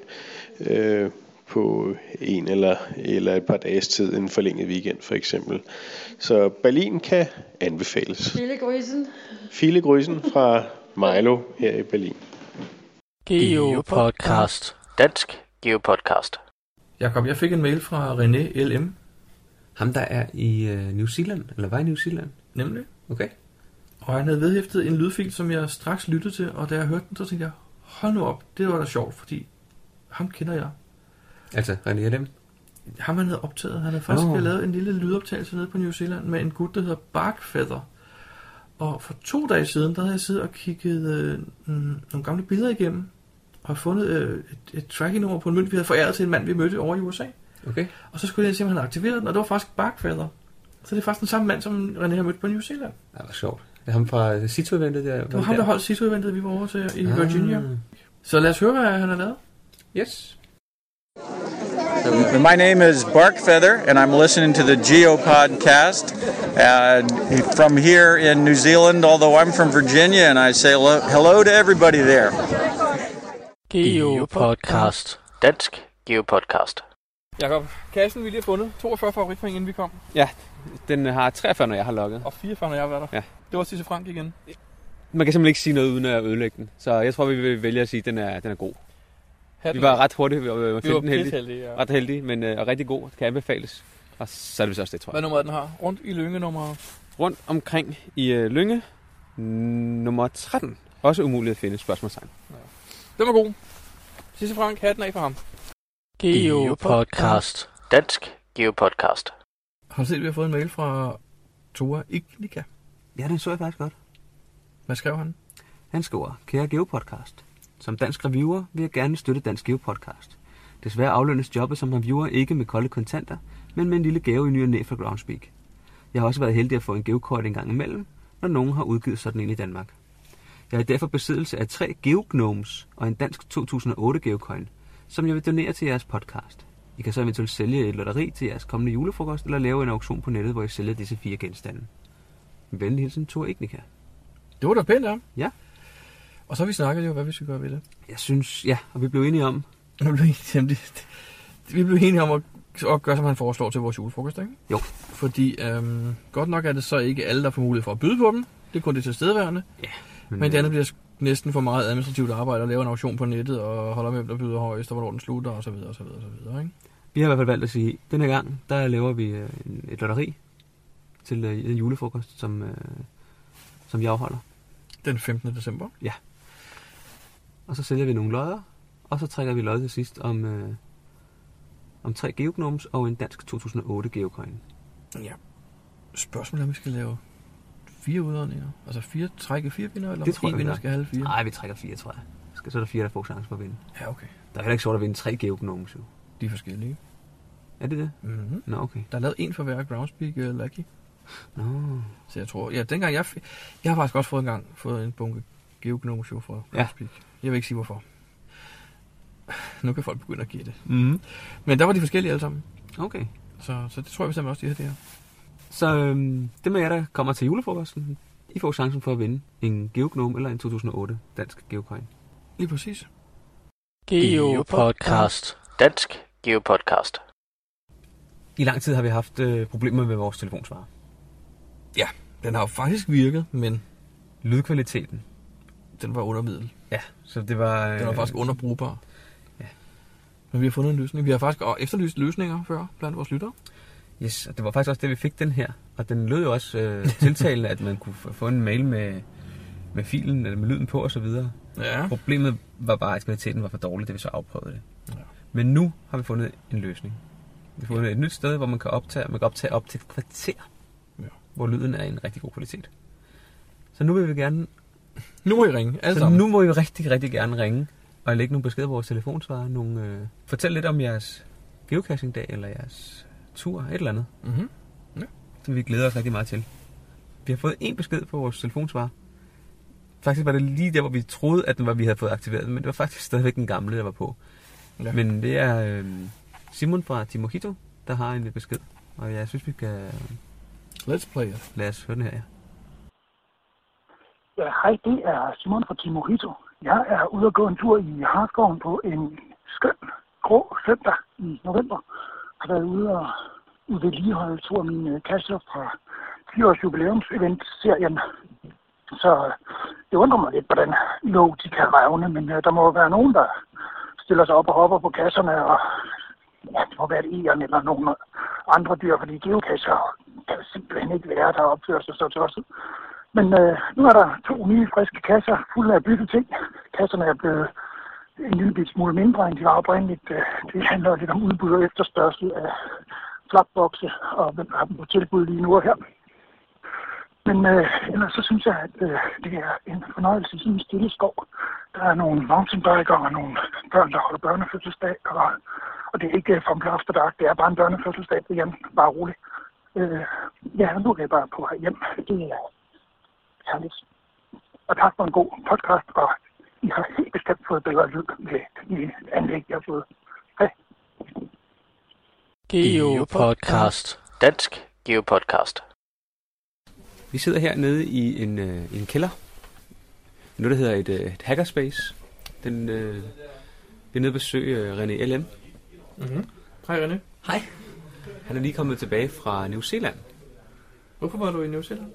F: øh, på en eller, eller et par dages tid, en forlænget weekend for eksempel. Så Berlin kan anbefales.
G: Lille grisen.
F: File Grysen fra Milo her i Berlin.
C: Geopodcast. Dansk Geopodcast.
B: Jakob, jeg fik en mail fra René LM,
E: Ham, der er i øh, New Zealand, eller var i New Zealand.
B: nemlig.
E: Okay.
B: Og han havde vedhæftet en lydfil, som jeg straks lyttede til, og da jeg hørte den, så tænkte jeg, hold nu op, det var da sjovt, fordi ham kender jeg.
E: Altså, René dem.
B: Ham han havde optaget, han havde faktisk
E: Nå.
B: oh. lavet en lille lydoptagelse nede på New Zealand med en gut, der hedder Barkfeather. Og for to dage siden, der havde jeg siddet og kigget øh, mm, nogle gamle billeder igennem, og har fundet øh, et, et tracking-nummer på en mønt, vi havde foræret til en mand, vi mødte over i USA.
E: Okay.
B: Og så skulle jeg ind og se, om han havde aktiveret den, og det var faktisk Barkfeather. Så det er faktisk den samme mand, som René har mødt på New Zealand.
E: Ej, hvor sjovt. Det er ham fra Situ-eventet der.
B: Det var ham, der holdt sidste eventet, vi var over til i
E: Ah.
B: Virginia. Så lad os høre, hvad han har lavet.
E: Yes.
H: Um, My name is Bark Feather, and I'm listening to the Geo podcast uh, from here in New Zealand, although I'm from Virginia, and I say hello, hello to everybody there.
C: Geopodcast. Dansk Geopodcast.
B: Jakob, kassen vi lige har fundet. 42 favoritpoint, inden vi kom,
E: Den har 43, når jeg har logget.
B: og 44, når jeg var der.
E: Ja.
B: Det var Sisse Frank igen.
E: Man kan simpelthen ikke sige noget uden at ødelægge den. Så jeg tror, vi vil vælge at sige, at den er, den er god. Vi var ret hurtige, vi var, vi var,
B: vi var
E: den heldige.
B: pisseheldige, ja.
E: Ret heldige, men øh, og rigtig god. Kan anbefales. Og så er det vist også det, tror jeg.
B: Hvad nummer er den har? Rundt i Lynge nummer...
E: Rundt omkring i øh, Lynge, nummer 13. Også umuligt at finde spørgsmålstegn.
B: Den var god. Sisse Frank, hatten af for ham.
C: Geopodcast. Dansk Geopodcast.
B: Har du set, at vi har fået en mail fra Tora Ignika?
A: Ja, den så jeg faktisk godt.
B: Hvad skrev han?
A: Han skriver, kære Geopodcast. Som dansk reviewer vil jeg gerne støtte Dansk Geopodcast. Desværre aflønnes jobbet som reviewer ikke med kolde kontanter, men med en lille gave i ny og næ fra Groundspeak. Jeg har også været heldig at få en geokort en gang imellem, når nogen har udgivet sådan en i Danmark. Jeg er derfor i besiddelse af tre Geognomes og en dansk 2008 Geocoin, som jeg vil donere til jeres podcast. I kan så eventuelt sælge et lotteri til jeres kommende julefrokost eller lave en auktion på nettet, hvor I sælger disse fire genstande. Med Venlig hilsen, Thor Ignika.
B: Det var da pænt af.
A: Ja.
B: Og så har vi snakket jo, hvad vi skal gøre ved det.
A: Jeg synes, ja, og vi blev enige om,
B: Nu blev vi enige, vi blev enige om at, at gøre, som han foreslår til vores julefrokost, ikke?
A: Jo.
B: Fordi øhm, godt nok er det så ikke alle, der får mulighed for at byde på dem. Det er kun det tilstedeværende. Men,
A: øh,
B: Men det andet bliver sk- næsten for meget administrativt arbejde at lave en auktion på nettet og holde med, hvem der byder højst og hvornår den slutter og så videre og så videre og så videre, ikke?
A: Vi har i hvert fald valgt at sige, at denne gang, der laver vi øh, en- et lotteri til øh, en julefrokost, som, øh, som jeg afholder.
B: Den 15. december.
A: Og så sælger vi nogle lodder, og så trækker vi lod til sidst om, øh, om tre geognomes og en dansk 2008 geocoin.
B: Ja. Spørgsmålet er, om vi skal lave fire udåndinger. Altså fire, trække fire vinder, eller
A: Det
B: om
A: tror
B: en
A: jeg, vi
B: vinder
A: gør.
B: skal have alle fire?
A: Nej, vi trækker fire, tror jeg. Skal- Så er der fire, der får chance for at vinde.
B: Ja, okay.
A: Der er heller ikke sort at vinde tre geognomes, jo.
B: De er forskellige.
A: Er det det?
B: Mm-hmm.
A: Nå, okay.
B: Der er lavet en for hver Groundspeak uh, Lucky.
A: Nå.
B: Så jeg tror, ja, dengang jeg, f- jeg har faktisk også fået en gang fået en bunke Geognomes jo fra
A: Ja.
B: Groundspeak. Jeg vil ikke sige hvorfor. Nu kan folk begynde at give det.
A: Mm.
B: Men der var de forskellige alle sammen.
A: Okay.
B: Så, så det tror jeg bestemt også, de her det her.
A: Så øhm, dem af jer, der kommer til julefrokosten, I får chancen for at vinde en geognome eller en 2008 dansk geocoin.
B: Lige præcis.
C: Geopodcast. Dansk Geopodcast.
A: I lang tid har vi haft øh, problemer med vores telefonsvarer.
B: Den har jo faktisk virket, men
A: lydkvaliteten.
B: den var undermiddel.
A: Ja, så det var... Øh,
B: Den var faktisk underbrugbar.
A: Ja.
B: Men vi har fundet en løsning. Vi har faktisk og efterlyst løsninger før blandt vores lyttere.
A: Yes, og det var faktisk også det, vi fik den her. Og den lød jo også øh, tiltalende, at man kunne få få en mail med, med filen, eller med lyden på osv.
B: Ja.
A: Problemet var bare, at kvaliteten var for dårlig, da vi så afprøvede det. Ja. Men nu har vi fundet en løsning. Vi har fundet et nyt sted, hvor man kan optage, man kan optage op til et kvarter,
B: Ja.
A: hvor lyden er i en rigtig god kvalitet. Så nu vil vi gerne,
B: Nu må I ringe, alle
A: så
B: sammen.
A: nu må I rigtig, rigtig gerne ringe og lægge nogle beskeder på vores telefonsvarer. Nogle, øh, fortæl lidt om jeres geocaching-dag, eller jeres tur, et eller andet.
B: Mm-hmm.
A: som vi glæder os rigtig meget til. Vi har fået en besked på vores telefonsvar. Faktisk var det lige der, hvor vi troede, at den var, vi havde fået aktiveret, den, men det var faktisk stadigvæk den gamle, der var på.
B: Ja.
A: Ja. Men det er øh, Simon fra Timokito, der har en besked, og jeg synes, vi kan
B: Let's play it.
A: lade os høre den her. Ja.
I: Ja, hej, det er Simon fra Team Mojito. Jeg er ude og gå en tur i Harskoven på en skøn, grå søndag i november. Jeg har været ude og vedligeholde to af mine kasser fra 10 års jubilæumsevent-serien. Så øh, det undrer mig lidt, hvordan låg de kan revne, men øh, der må jo være nogen, der stiller sig op og hopper på kasserne, og ja, det må være et egern eller nogle andre dyr, fordi geokasser kan simpelthen ikke være, der opfører sig så tosset. Men øh, nu er der to nye friske kasser fulde af bytte ting. Kasserne er blevet en lille bit smule mindre, end de var oprindeligt. Øh, Det handler lidt om udbud og efterspørgsel af flapbokse, og hvem der har dem på tilbud lige nu og her. Men øh, ellers så synes jeg, at øh, det er en fornøjelse i sådan en stille skov. Der er nogle mountainbikere og nogle børn, der holder børnefødselsdag, og, og det er ikke fra en blafterdag, det er bare en børnefødselsdag, det er bare roligt. Øh, ja, nu er jeg bare på vej hjem. Det er herligt. Og tak for en god podcast, og I har helt bestemt fået bedre lyd med de anlæg, jeg har fået. Hej.
C: Geopodcast. Dansk Geopodcast.
J: Vi sidder hernede i en, øh, i en kælder. Nu der hedder et, øh, et hackerspace. Den, øh, vi er nede at besøge øh, René L.M.
A: Mm-hmm.
B: Hej René.
J: Hej. Han er lige kommet tilbage fra New Zealand.
B: Hvorfor var du i New Zealand?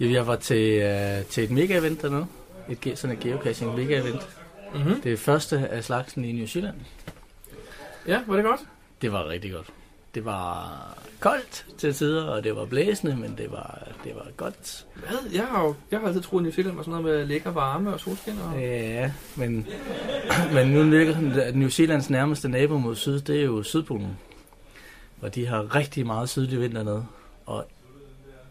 K: Jamen, jeg var til, øh, til et mega-event dernede. Et, ge- sådan et geocaching mega-event.
B: Mhm.
K: Det første af slagsen i New Zealand.
B: Ja, var det godt?
K: Det var rigtig godt. Det var koldt til tider, og det var blæsende, men det var, det var godt.
B: Hvad? Jeg har jo jeg har altid troet, at New Zealand var sådan noget med lækker varme og solskin. Og...
K: Ja, men, <clears throat> men nu ligger sådan, at New Zealands nærmeste nabo mod syd, det er jo Sydpolen. Og de har rigtig meget sydlig vind dernede. Og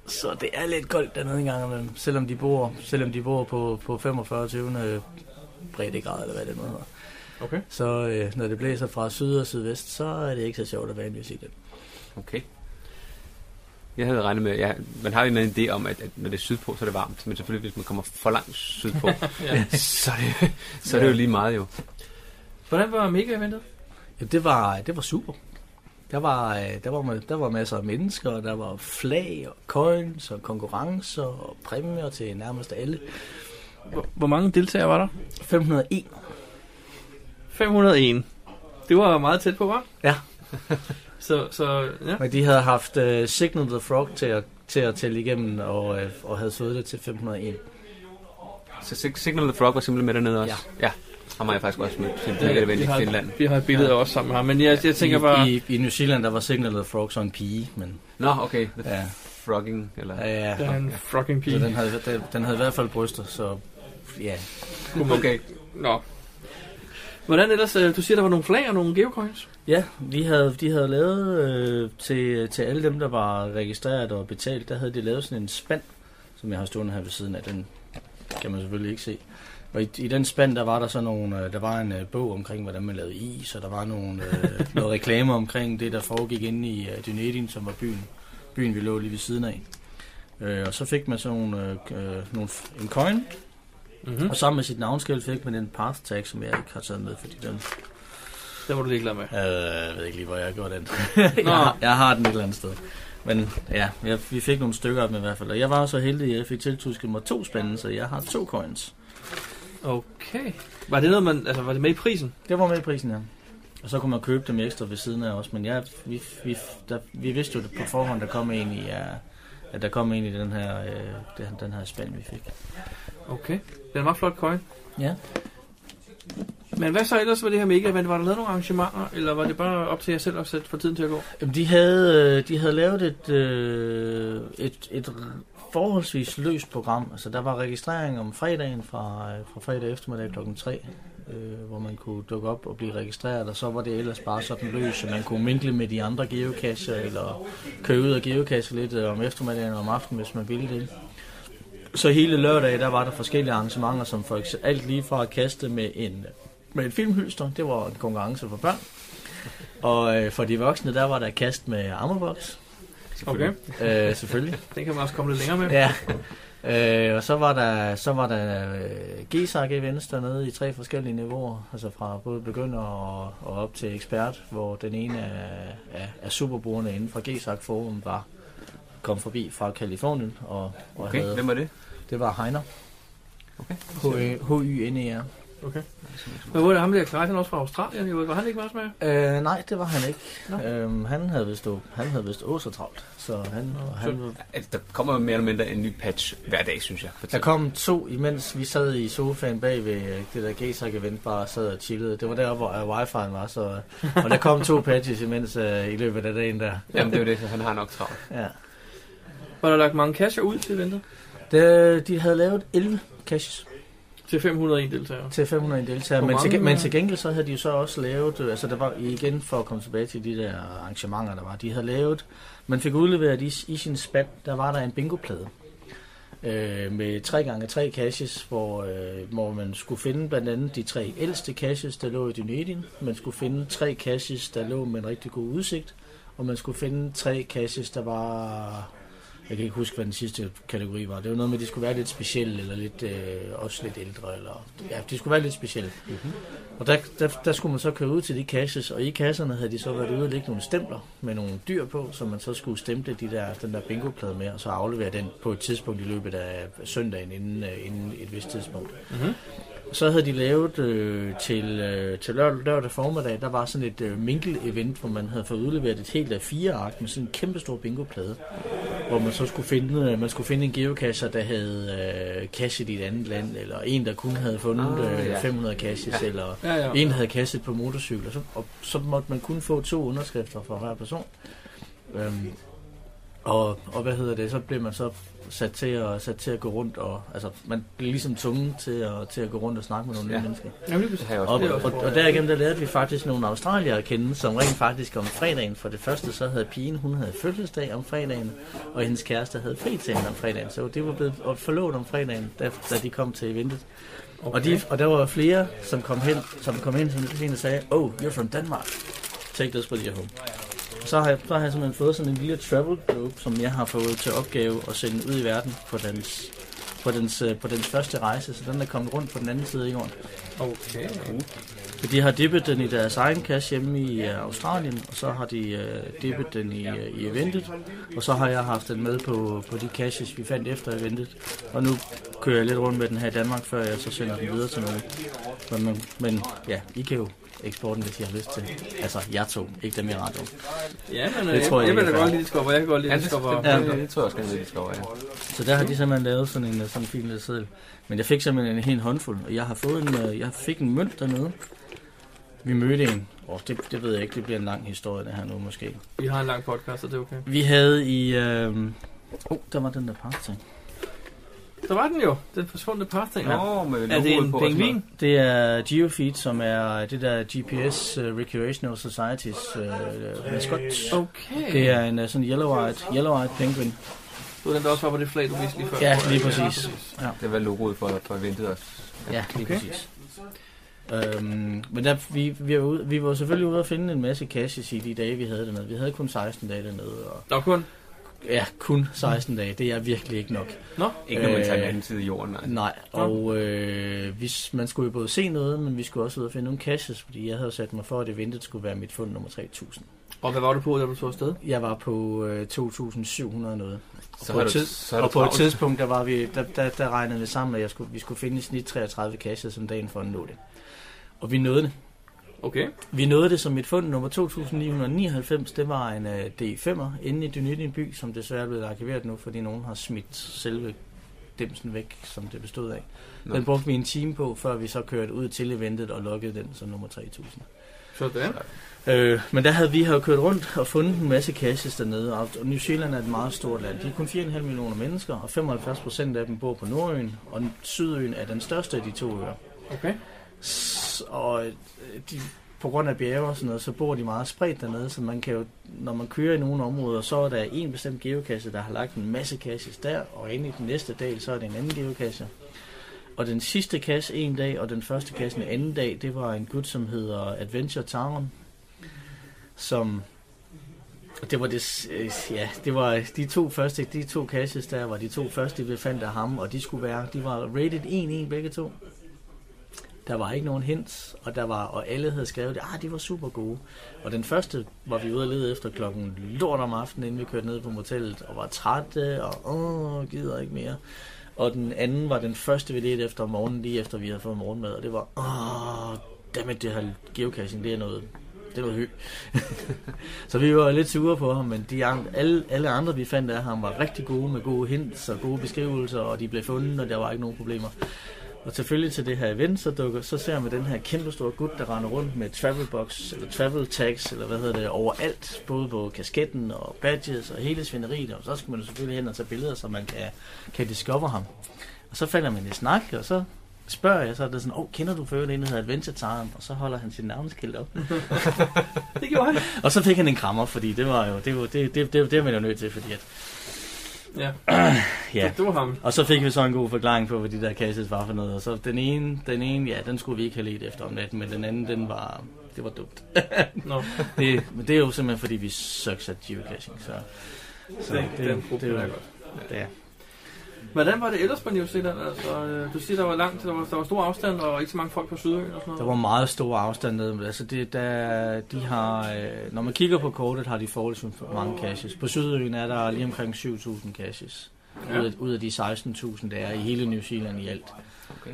K: så det er lidt koldt dernede en gang imellem, selvom de bor, selvom de bor på, på 45. breddegrad, eller hvad det nu hedder.
B: Okay.
I: Så øh, når det blæser fra syd og sydvest, så er det ikke så sjovt at være i New Zealand.
E: Okay. Jeg havde regnet med, ja, man har jo en eller anden idé om, at, at når det er sydpå, så er det varmt. Men selvfølgelig, hvis man kommer for langt sydpå,
I: <laughs>
B: Ja.
E: ja. så, er det, så er det jo lige meget jo.
B: Hvordan var mega-eventet?
I: Jamen, det var, det var super. Der var, øh, der, var, ma- der var masser af mennesker, og der var flag og coins og konkurrencer og præmier til nærmest alle.
B: Hvor, hvor mange deltagere var der?
I: 501.
B: 501. Det var meget tæt på, var?
I: Ja.
B: <laughs> så, så ja.
I: Men de havde haft uh, Signal the Frog til at, til at tælle igennem, og, uh, og havde fået det til 501.
E: Så Sig- Signal of the Frog var simpelthen med dernede også. Ja. ja. Ham har jeg faktisk også mødt. Det er det i
B: vi, har,
E: Finland.
B: vi har et billede af os sammen her, men jeg, jeg tænker
I: I,
B: bare...
I: I, I New Zealand, der var Signal the Frog så en pige, men...
E: Nå, okay. The
I: Ja,
E: Frogging, eller...
I: ja, ja.
B: Der er en fucking
I: Så den
B: pige.
I: havde, den, den havde i hvert fald bryster, så... Ja,
E: Okay.
B: Nå. Hvordan ellers? øh, Du siger, der var nogle flag og nogle geocoins.
I: Ja, vi havde, de havde lavet øh, til, til alle dem, der var registreret og betalt, der havde de lavet sådan en spand, som jeg har stående her ved siden af. Den kan man selvfølgelig ikke se. Og i, i den spand, der var der så nogle, øh, der var en øh, bog omkring, hvordan man lavede is, og der var nogle, øh, noget reklamer omkring det, der foregik inde i øh, Dunedin, som var byen, byen, vi lå lige ved siden af. Øh, og så fik man sådan nogle, øh, øh, nogle, en coin,
B: Mm-hmm.
I: og sammen med sit navnskilt fik man en path tag, som jeg ikke har taget med, fordi den
B: Der var du ligeglad med.
I: Øh, jeg ved ikke lige, hvor jeg gjorde den. <laughs> jeg, har, jeg har den et eller andet sted. Men ja, jeg, vi fik nogle stykker af dem i hvert fald. Og jeg var så heldig, at jeg fik tiltusket mig to spændende, så jeg har to coins.
B: Okay. Var det noget, man... Altså, var det med i prisen?
I: Det var med i prisen, ja. Og så kunne man købe dem ekstra ved siden af også. Men jeg, vi, vi, der, vi vidste jo på forhånd, der kom en i, ja, at der kom en i den her, øh, den, den her spand, vi fik.
B: Okay. Det er en meget flot coin.
I: Ja.
B: Men hvad så ellers var det her mega event? Var der lavet nogle arrangementer, eller var det bare op til jer selv at sætte for tiden til at gå?
I: Jamen, de havde, øh, de havde lavet et, øh, et, et forholdsvis løst program. Altså, der var registrering om fredagen fra, øh, fra fredag eftermiddag kl. 3, øh, hvor man kunne dukke op og blive registreret, og så var det ellers bare sådan løst, så man kunne minkle med de andre geokasser, eller køre ud og geokasse lidt øh, om eftermiddagen og om aftenen, hvis man ville det. Så hele lørdag, der var der forskellige arrangementer, som for eksempel alt lige fra at kaste med en, med en filmhylster, det var en konkurrence for børn, og øh, for de voksne, der var der kast med armorbox,
B: Okay.
I: øh, selvfølgelig.
B: <laughs> Den kan man også komme lidt længere med.
I: Ja. Øh, og så var der, så var der øh, GSAG events dernede i tre forskellige niveauer, altså fra både begynder og, og op til ekspert, hvor den ene af, af, af superbrugerne inden fra GSAG Forum var kom forbi fra Kalifornien, og, og okay,
E: Okay,
I: havde,
E: hvem var det?
I: det var Heiner.
E: Okay.
I: H-Y-N-E-R.
B: Men hvor er det ham der, Clive, han er også fra Australien, jo. Var han ikke også med?
I: Øh, nej, det var han ikke.
B: Nå.
I: Øhm, han havde vist å- han havde vist også travlt, så han, han var
E: Altså, der kommer jo mere eller mindre en ny patch hver dag, synes jeg. For
I: Der kom to, imens vi sad i sofaen bag ved øh, det der Gesak event bare og sad og chillede. Det var der, hvor øh, wifi'en var, så... øh, Og der kom to patches imens øh, i løbet af dagen der.
E: Jamen, det er jo det, så han har nok travlt.
I: Ja.
B: Var der lagt mange kasser ud til eventet?
I: De, de havde lavet 11 caches
B: Til 501 deltagere.
I: til 500 deltagere,
B: Hvor
I: men til,
B: mange,
I: men
B: øh?
I: til gengæld så havde de jo så også lavet, øh, altså der var igen for at komme tilbage til de der arrangementer, der var, de havde lavet, man fik udleveret i, i sin spand, der var der en bingoplade øh, med 3 gange 3 caches, hvor, øh, hvor man skulle finde blandt andet de tre ældste caches, der lå i Dunedin, man skulle finde tre caches, der lå med en rigtig god udsigt, og man skulle finde tre caches, der var jeg kan ikke huske, hvad den sidste kategori var. Det var noget med, at de skulle være lidt specielle, eller lidt, øh, også lidt ældre. Eller, ja, de skulle være lidt specielle. Og der, der, der skulle man så køre ud til de kasses, og i kasserne havde de så været ude og lægge nogle stempler med nogle dyr på, som man så skulle stemple de der, den der bingoplade med, og så aflevere den på et tidspunkt i løbet af søndagen inden, øh, inden et vist tidspunkt.
B: Mhm.
I: Så havde de lavet øh, til, øh, til lørdag, lørdag formiddag, der var sådan et øh, mingle-event, hvor man havde fået udleveret et helt af fire ark med sådan en kæmpestor bingoplade, hvor man så skulle finde, øh, man skulle finde en geocacher, der havde øh, cashet i et andet land, eller en, der kun havde fundet
E: Ah,
I: øh,
E: ja.
I: 500 caches, ja. eller
B: Ja, ja.
I: en havde kastet på motorcykel, og så, og så måtte man kun få to underskrifter fra hver person. Øhm, Og, og hvad hedder det, så blev man så sat til at, sat til at gå rundt og, altså man blev ligesom tvunget til at, til at gå rundt og snakke med nogle
E: Ja.
I: nye mennesker.
E: Jamen, det har jeg også
I: og,
E: prøvet.
I: og, og, derigennem der lærte vi faktisk nogle australier at kende, som rent faktisk om fredagen, for det første så havde pigen, hun havde fødselsdag om fredagen, og hendes kæreste havde fri til hende om fredagen, så det var blevet og forlovet om fredagen, da, da de kom til eventet. Okay. Og, de, og der var flere, som kom hen, som kom hen til hende og sagde, oh, you're from Denmark, take this with you home. Så har, jeg, så har jeg simpelthen fået sådan en lille travel globe, som jeg har fået til opgave at sende ud i verden på dens, på dens, øh, på dens første rejse, så den er kommet rundt på den anden side af jorden.
E: Okay.
I: Så de har dippet den i deres egen kasse hjemme i øh, Australien, og så har de øh, dippet den i, øh, i eventet, og så har jeg haft den med på, på de caches, vi fandt efter eventet. Og nu kører jeg lidt rundt med den her i Danmark, før jeg så sender den videre til nogen. Men, men, men ja, I kan jo eksporte den, hvis I har lyst til. Altså, jeg tog, ikke dem i radioen.
B: Ja, men øh,
I: Det
B: det
I: tror jeg
B: jeg, jeg vil
I: ikke
B: da
I: er
B: godt
I: fair.
B: lide skopper. Jeg kan godt lide
E: Ja,
B: ja,
E: det,
B: skopper.
E: det,
B: Ja.
E: det, det, tror jeg også, jeg ved, de skopper, ja.
I: Så der har de simpelthen lavet sådan en, øh, sådan en fin lille seddel. Men jeg fik simpelthen en hel håndfuld, og jeg har fået en, øh, jeg fik en mønt dernede. Vi mødte en. Åh, oh, det, det ved jeg ikke, det bliver en lang historie, det her nu måske.
B: Vi har en lang podcast, så det er okay.
I: Vi havde i... Øh... Oh, der var den der parkting.
B: Der var den jo. Den forsvundne parting.
I: Ja.
B: Åh, med er det
A: logoet
B: en
A: på og sådan
B: pingvin?
I: Det er Geofeed, som er det der GPS uh, Recreational Societies uh, maskot.
B: Okay.
I: Det er en uh, sådan yellow-eyed, yellow-eyed penguin.
B: Det var den, der også var på det flag, du viste lige før.
I: Ja, lige præcis.
E: Det var logoet for, for eventet også.
I: Ja, lige okay. præcis. Øhm, men der, vi, vi, var ude, vi var selvfølgelig ude at finde en masse caches i de dage, vi havde dernede. Vi havde kun 16 dage dernede. Og,
B: Nå, kun.
I: ja, kun 16 dage. Det er virkelig ikke nok.
B: Nå.
E: Ikke når man tager
I: Øh,
E: den anden side af jorden, nej.
I: Nej, og øh, hvis, man skulle jo både se noget, men vi skulle også ud og finde nogle caches, fordi jeg havde sat mig for, at det ventet skulle være mit fund nummer 3000.
B: Og hvad var du på, da du tog afsted?
I: Jeg var på øh, 2700 noget. Og
E: Så
I: på,
E: har
I: et,
E: du,
I: tid,
E: så har du
I: og på et
E: travlt.
I: tidspunkt, der, var vi, der, der, der regnede vi sammen, at jeg skulle, vi skulle finde i snit 33 caches om dagen for at nå det. Og vi nåede det.
B: Okay.
I: Vi nåede det som et fund nummer 2999. Det var en øh, D5'er inde i Dynittin by, som desværre er blevet arkiveret nu, fordi nogen har smidt selve dimsen væk, som det bestod af.
E: Nå.
I: Den brugte vi en time på, før vi så kørte ud til eventet og lukkede den som nummer 3000.
B: Sådan.
I: Øh, men der havde vi her kørt rundt og fundet en masse caches dernede, og og New Zealand er et meget stort land. De er kun 4,5 millioner mennesker, og 75 procent af dem bor på Nordøen, og Sydøen er den største af de to øer.
B: Okay.
I: S- og øh, de, på grund af bjerge og sådan noget, så bor de meget spredt dernede, så man kan jo, når man kører i nogle områder, så er der en bestemt geokasse, der har lagt en masse kasses der, og inde i den næste dal, så er det en anden geokasse. Og den sidste kasse en dag, og den første kasse en anden dag, det var en gut, som hedder Adventure Town, som det var det, s- øh, ja, det var de to første, de to caches der var de to første, vi fandt af ham, og de skulle være, de var rated 1-1 begge to. Der var ikke nogen hints, og der var, og alle havde skrevet, ah, de var super gode. Og den første var vi ude at lede efter klokken lort om aftenen, inden vi kørte ned på motellet, og var trætte, og åh, gider ikke mere. Og den anden var den første, vi ledte efter om morgenen, lige efter vi havde fået morgenmad, og det var, åh, dammit, det her geocaching, det er noget, det er noget hø. <laughs> så vi var lidt sure på ham, men de andre, alle, alle andre, vi fandt af ham, var rigtig gode med gode hints og gode beskrivelser, og de blev fundet, og der var ikke nogen problemer. Og selvfølgelig til det her event, så, dukker, så ser man den her kæmpe store gut, der render rundt med travel box, eller travel tags, eller hvad hedder det, overalt. Både på kasketten og badges og hele svineriet. Og så skal man jo selvfølgelig hen og tage billeder, så man kan, kan discover ham. Og så falder man i snak, og så spørger jeg, så er det sådan, åh, oh, kender du før en, der hedder Adventure Time? Og så holder han sit navneskilt op.
B: <laughs> Det gjorde han.
I: Og så fik han en krammer, fordi det var jo, det, var, det, det, det, det er man jo nødt til, fordi at,
B: Ja.
I: ja.
B: Så Det var ham.
I: Og så fik vi så en god forklaring på, hvad de der kasses var for noget. Og så den ene, den ene, ja, den skulle vi ikke have let efter om natten, men den anden, den var, det var dumt.
B: Nå.
I: <laughs> Det, men det er jo simpelthen, fordi vi sucks at geocaching, så... Så
B: Den- den
I: det, er
B: er
I: jo,
B: godt.
I: det er.
B: Hvordan var det ellers på New Zealand? Altså, øh, du siger, der var langt, der var, der var stor afstand, og ikke så mange folk på Sydøen og sådan
I: Der
B: noget.
I: var meget store afstande. men Altså det, der, de har, øh, når man kigger på kortet, har de forholdsvis mange caches. På Sydøen er der lige omkring 7.000 caches. Ja. Ud, af, ud af de 16.000, der er i hele New Zealand i alt. Okay.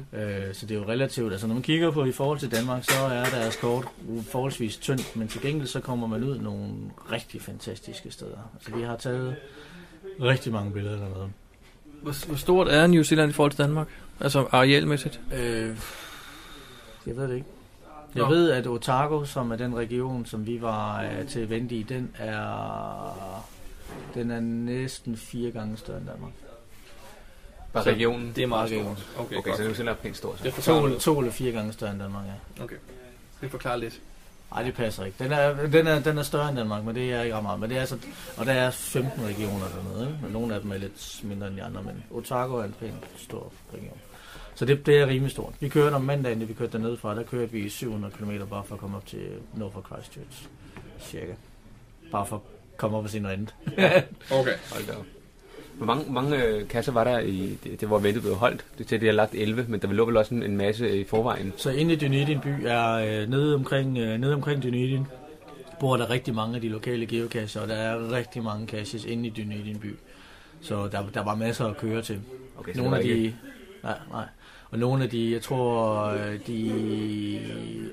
I: Øh, så det er jo relativt. Altså når man kigger på i forhold til Danmark, så er deres kort forholdsvis tyndt, men til gengæld så kommer man ud nogle rigtig fantastiske steder. Altså vi har taget rigtig mange billeder dernede.
B: Hvor, hvor stort er New Zealand i forhold til Danmark? Altså arealmæssigt?
I: Øh, jeg ved det ikke. Jeg
B: Nå.
I: ved, at Otago, som er den region, som vi var øh, til at vente i, den er Den er næsten fire gange større end Danmark.
L: Bare
I: Så
L: regionen?
I: Det er meget
L: Okay,
I: regionen.
L: okay, Okay, godt. så det er jo selv pænt stor, så.
I: Det
L: Det
I: er
L: forklarer
I: to,
L: lidt.
I: to eller fire gange større end Danmark, ja.
B: Okay. Det forklarer lidt.
I: Nej, det passer ikke. Den er, den, er, den er større end Danmark, men det er ikke ret meget. Men det er altså, og der er 15 regioner dernede, ikke? men nogle af dem er lidt mindre end de andre, men Otago er en pænt stor region. Så det, det er rimelig stort. Vi kørte om mandagen, da vi kørte dernede fra, der kørte vi 700 km bare for at komme op til nord for Christchurch, cirka. Bare for at komme op og se noget andet.
E: Okay.
L: Hold da op.
E: Hvor mange, mange øh, kasser var der i det, det hvor ventet blev holdt? Det til, at de har lagt 11, men der lå vel også en, en masse i forvejen.
I: Så inde i Dunedin by er øh, nede omkring, øh, nede omkring Dunedin, bor der rigtig mange af de lokale geocacher, og der er rigtig mange caches inde i Dunedin by. Så der, der var masser at køre til.
E: Okay, så
I: nogle af
E: det var
I: de,
E: ikke-
I: nej, nej. Og nogle af de, jeg tror, øh, de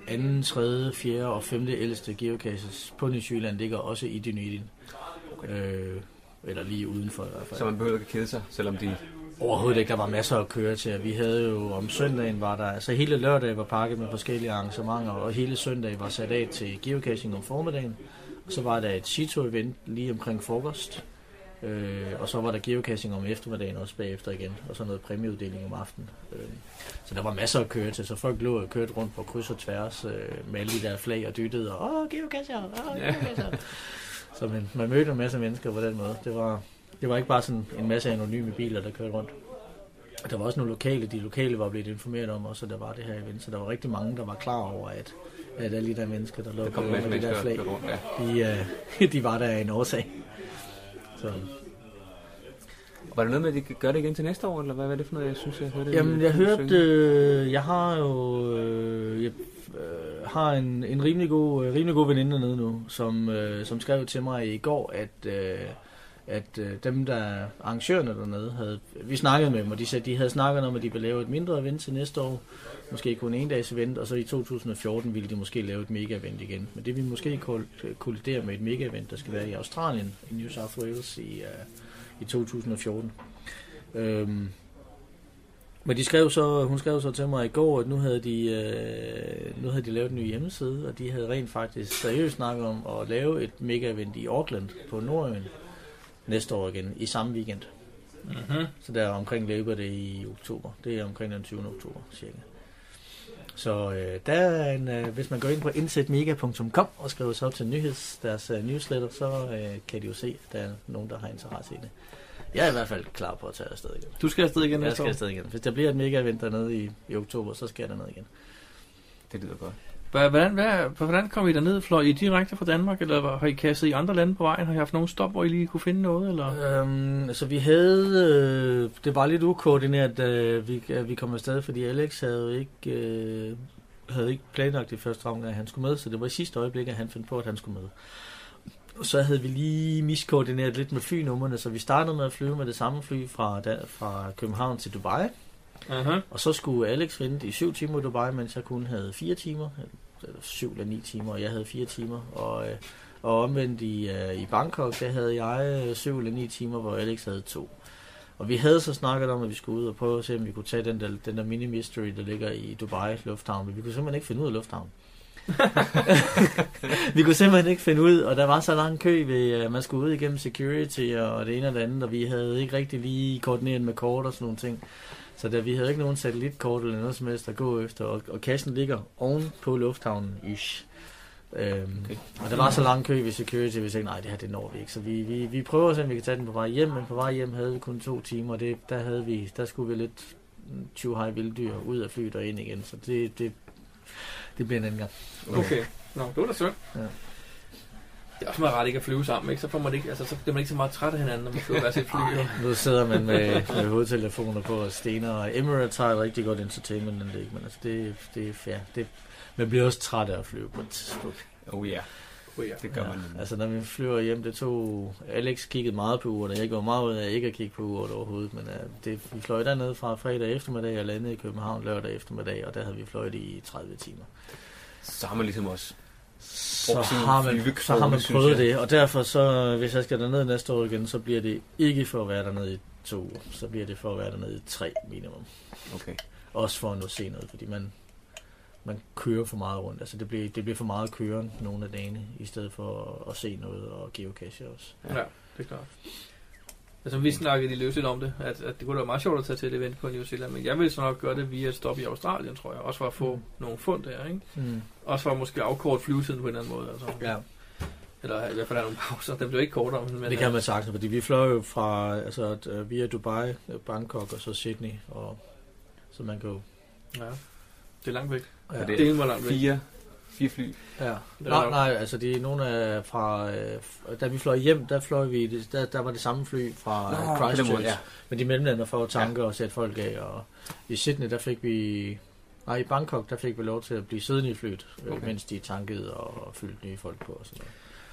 I: anden, tredje, fjerde og femte ældste geocaches på New Zealand ligger også i Dunedin. Okay. Øh, eller lige udenfor i hvert fald.
E: Så man behøver ikke at kede sig, selvom de...
I: Overhovedet ikke. Der var masser at køre til. Vi havde jo om søndagen var der... Altså hele lørdag var pakket med forskellige arrangementer, og hele søndag var sat af til geocaching om formiddagen. Og så var der et Chito-event lige omkring frokost. Øh, og så var der geocaching om eftermiddagen også bagefter igen, og så noget præmieuddeling om aftenen. Øh, så der var masser at køre til, så folk lå og kørte rundt på kryds og tværs øh, med alle de der flag og dyttede, og åh, geocacher, åh, geocacher. Så man, man mødte en masse mennesker på den måde. Det var, det var ikke bare sådan en masse anonyme biler, der kørte rundt. Og Der var også nogle lokale, de lokale var blevet informeret om også, at der var det her event, så der var rigtig mange, der var klar over, at, at alle de der mennesker, der lå
E: Der
I: og
E: kom en
I: kørte
E: masse
I: med de der
E: mennesker
I: flag,
E: og kørte
I: de, øh, <laughs> de var der af en årsag. Så,
E: Var der noget med, at de gør det igen til næste år, eller hvad var det for noget, jeg synes, jeg hørte?
I: Jamen, jeg
E: Du
I: hørte,
E: synge?
I: øh, jeg har jo, øh, jeg øh, har en, en rimelig, god, øh, rimelig god veninde dernede nu, som, øh, som skrev til mig i går, at, øh, at øh, dem, der er arrangørerne dernede, havde, vi snakkede med dem, og de sagde, at de havde snakket om, at de ville lave et mindre event til næste år, måske kun en dags event, og så i 2014 ville de måske lave et mega event igen. Men det vil måske kol- kollidere med et mega event, der skal være i Australien, i New South Wales i, øh, i 2014. Øhm, men de skrev så, hun skrev så til mig i går, at nu havde de, øh, nu havde de lavet en ny hjemmeside, og de havde rent faktisk seriøst snakket om at lave et mega-event i Auckland på Nordøen næste år igen, i samme weekend.
B: Mhm.
I: Så der omkring løber det i oktober. Det er omkring den 20. oktober, cirka. Så øh, der er en, øh, hvis man går ind på insetmega.com og skriver sig op til nyheds, deres øh, newsletter, så øh, kan de jo se, at der er nogen, der har interesse i det. Jeg er i hvert fald klar på at tage afsted igen.
B: Du skal afsted igen
I: Jeg
B: næste
I: skal
B: år?
I: afsted igen. Hvis der bliver et mega event dernede i, i oktober, så skal jeg dernede igen.
E: Det lyder godt.
B: Hva- Hvordan, hvad, hvordan kom I derned? Fløj I direkte fra Danmark, eller var- har I kastet i andre lande på vejen? Har I haft nogen stop, hvor I lige kunne finde noget? Eller?
I: Øhm, altså vi havde, øh, det var lidt ukoordineret, øh, vi, at vi kom afsted, fordi Alex havde jo ikke, øh, havde ikke planlagt i første omgang, at han skulle med, så det var i sidste øjeblik, at han fandt på, at han skulle med. Og så havde vi lige miskoordineret lidt med flynummerne, så vi startede med at flyve med det samme fly fra, Dan- fra København til Dubai.
B: Aha.
I: Og så skulle Alex vente i 7 timer i Dubai, mens jeg kun havde 4 timer. Eller 7 eller 9 timer, og jeg havde 4 timer. Og, øh, og omvendt i, øh, i Bangkok, der havde jeg 7 eller 9 timer, hvor Alex havde 2. Og vi havde så snakket om, at vi skulle ud og prøve at se, om vi kunne tage den der, den der mini mystery, der ligger i Dubai Lufthavn. Men vi kunne simpelthen ikke finde ud af Lufthavn. <laughs> vi kunne simpelthen ikke finde ud, og der var så lang kø ved, øh, man skulle ud igennem security og det ene og det andet, og vi havde ikke rigtig lige koordineret med kort og sådan nogle ting. Så der, vi havde ikke nogen satellitkort eller noget som helst at gå efter, og, og kassen ligger oven på lufthavnen. Ish. Øhm, okay. Og der var så lang kø ved security, vi tænkte, nej, det her det når vi ikke. Så vi, vi, vi prøver at se, om vi kan tage den på vej hjem, men på vej hjem havde vi kun to timer, og det, der, havde vi, der skulle vi lidt mm, 20 hej vilddyr ud af flyet og ind igen, så det, det, det bliver en anden gang.
B: Okay. Nå, det var da synd.
I: Ja.
B: Det er også meget rart ikke at flyve sammen, ikke? Så, får man ikke, altså, så bliver man ikke så meget træt af hinanden, når man flyver hver sit fly. jo.
I: Nu sidder man med, med hovedtelefoner på og stener, og Emirates har et rigtig godt entertainment anlæg, men altså det, det er fair. Det, man bliver også træt af at flyve på et tidspunkt.
E: Oh ja. Yeah.
B: Oh yeah.
E: Det gør man.
I: Altså når vi flyver hjem, det tog... Alex kiggede meget på uret, og jeg gjorde meget ud af ikke at kigge på uret overhovedet, men uh, det, vi fløj dernede fra fredag eftermiddag og landede i København lørdag eftermiddag, og der havde vi fløjet i 30 timer.
E: Så har man ligesom også...
I: Så
E: brugt sin
I: har man,
E: flyvekroge,
I: så har man
E: synes
I: prøvet
E: jeg.
I: det, og derfor så, hvis jeg skal derned næste år igen, så bliver det ikke for at være dernede i to uger, så bliver det for at være dernede i tre minimum.
E: Okay.
I: Også for at nå se noget, fordi man, man kører for meget rundt. Altså det bliver, det bliver for meget køren nogle af dagene, i stedet for at, at se noget og geocache også.
B: Ja. det er klart. Altså, vi snakkede lige løsligt om det, at, at det kunne da være meget sjovt at tage til et event på New Zealand, men jeg ville så nok gøre det via et stop i Australien, tror jeg, også for at få mm. nogle fund der, ikke?
E: Hmm.
I: Mm.
B: Også for at måske afkorte flyvetiden på en eller anden måde, altså.
I: Ja.
B: Eller i hvert fald have nogle pauser, den blev ikke kortere, men... øh,
I: Men øh, det kan man sagtens, fordi vi fløj jo fra, altså, at, øh, via Dubai, øh, Bangkok og så Sydney, og, så man kan jo...
B: Ja, det er langt væk.
I: Ja.
B: Det er var langt væk.
I: Fire-
L: fire fly.
I: Ja.
B: Det er
I: Nej,
B: nok.
I: nej, altså det er nogle af fra, øh, f- da vi fløj hjem, der fløj vi, det- der, der var det samme fly
L: Nå,
I: fra Nå,
L: på den
I: Christchurch,
L: måde, ja.
I: ja. men de mellemlander for at tanke ja. og sætte folk af, og i Sydney, der fik vi, nej, i Bangkok, der fik vi lov til at blive siddende i flyet,
B: Okay.
I: okay. mens de tankede og fyldte nye folk på og sådan noget.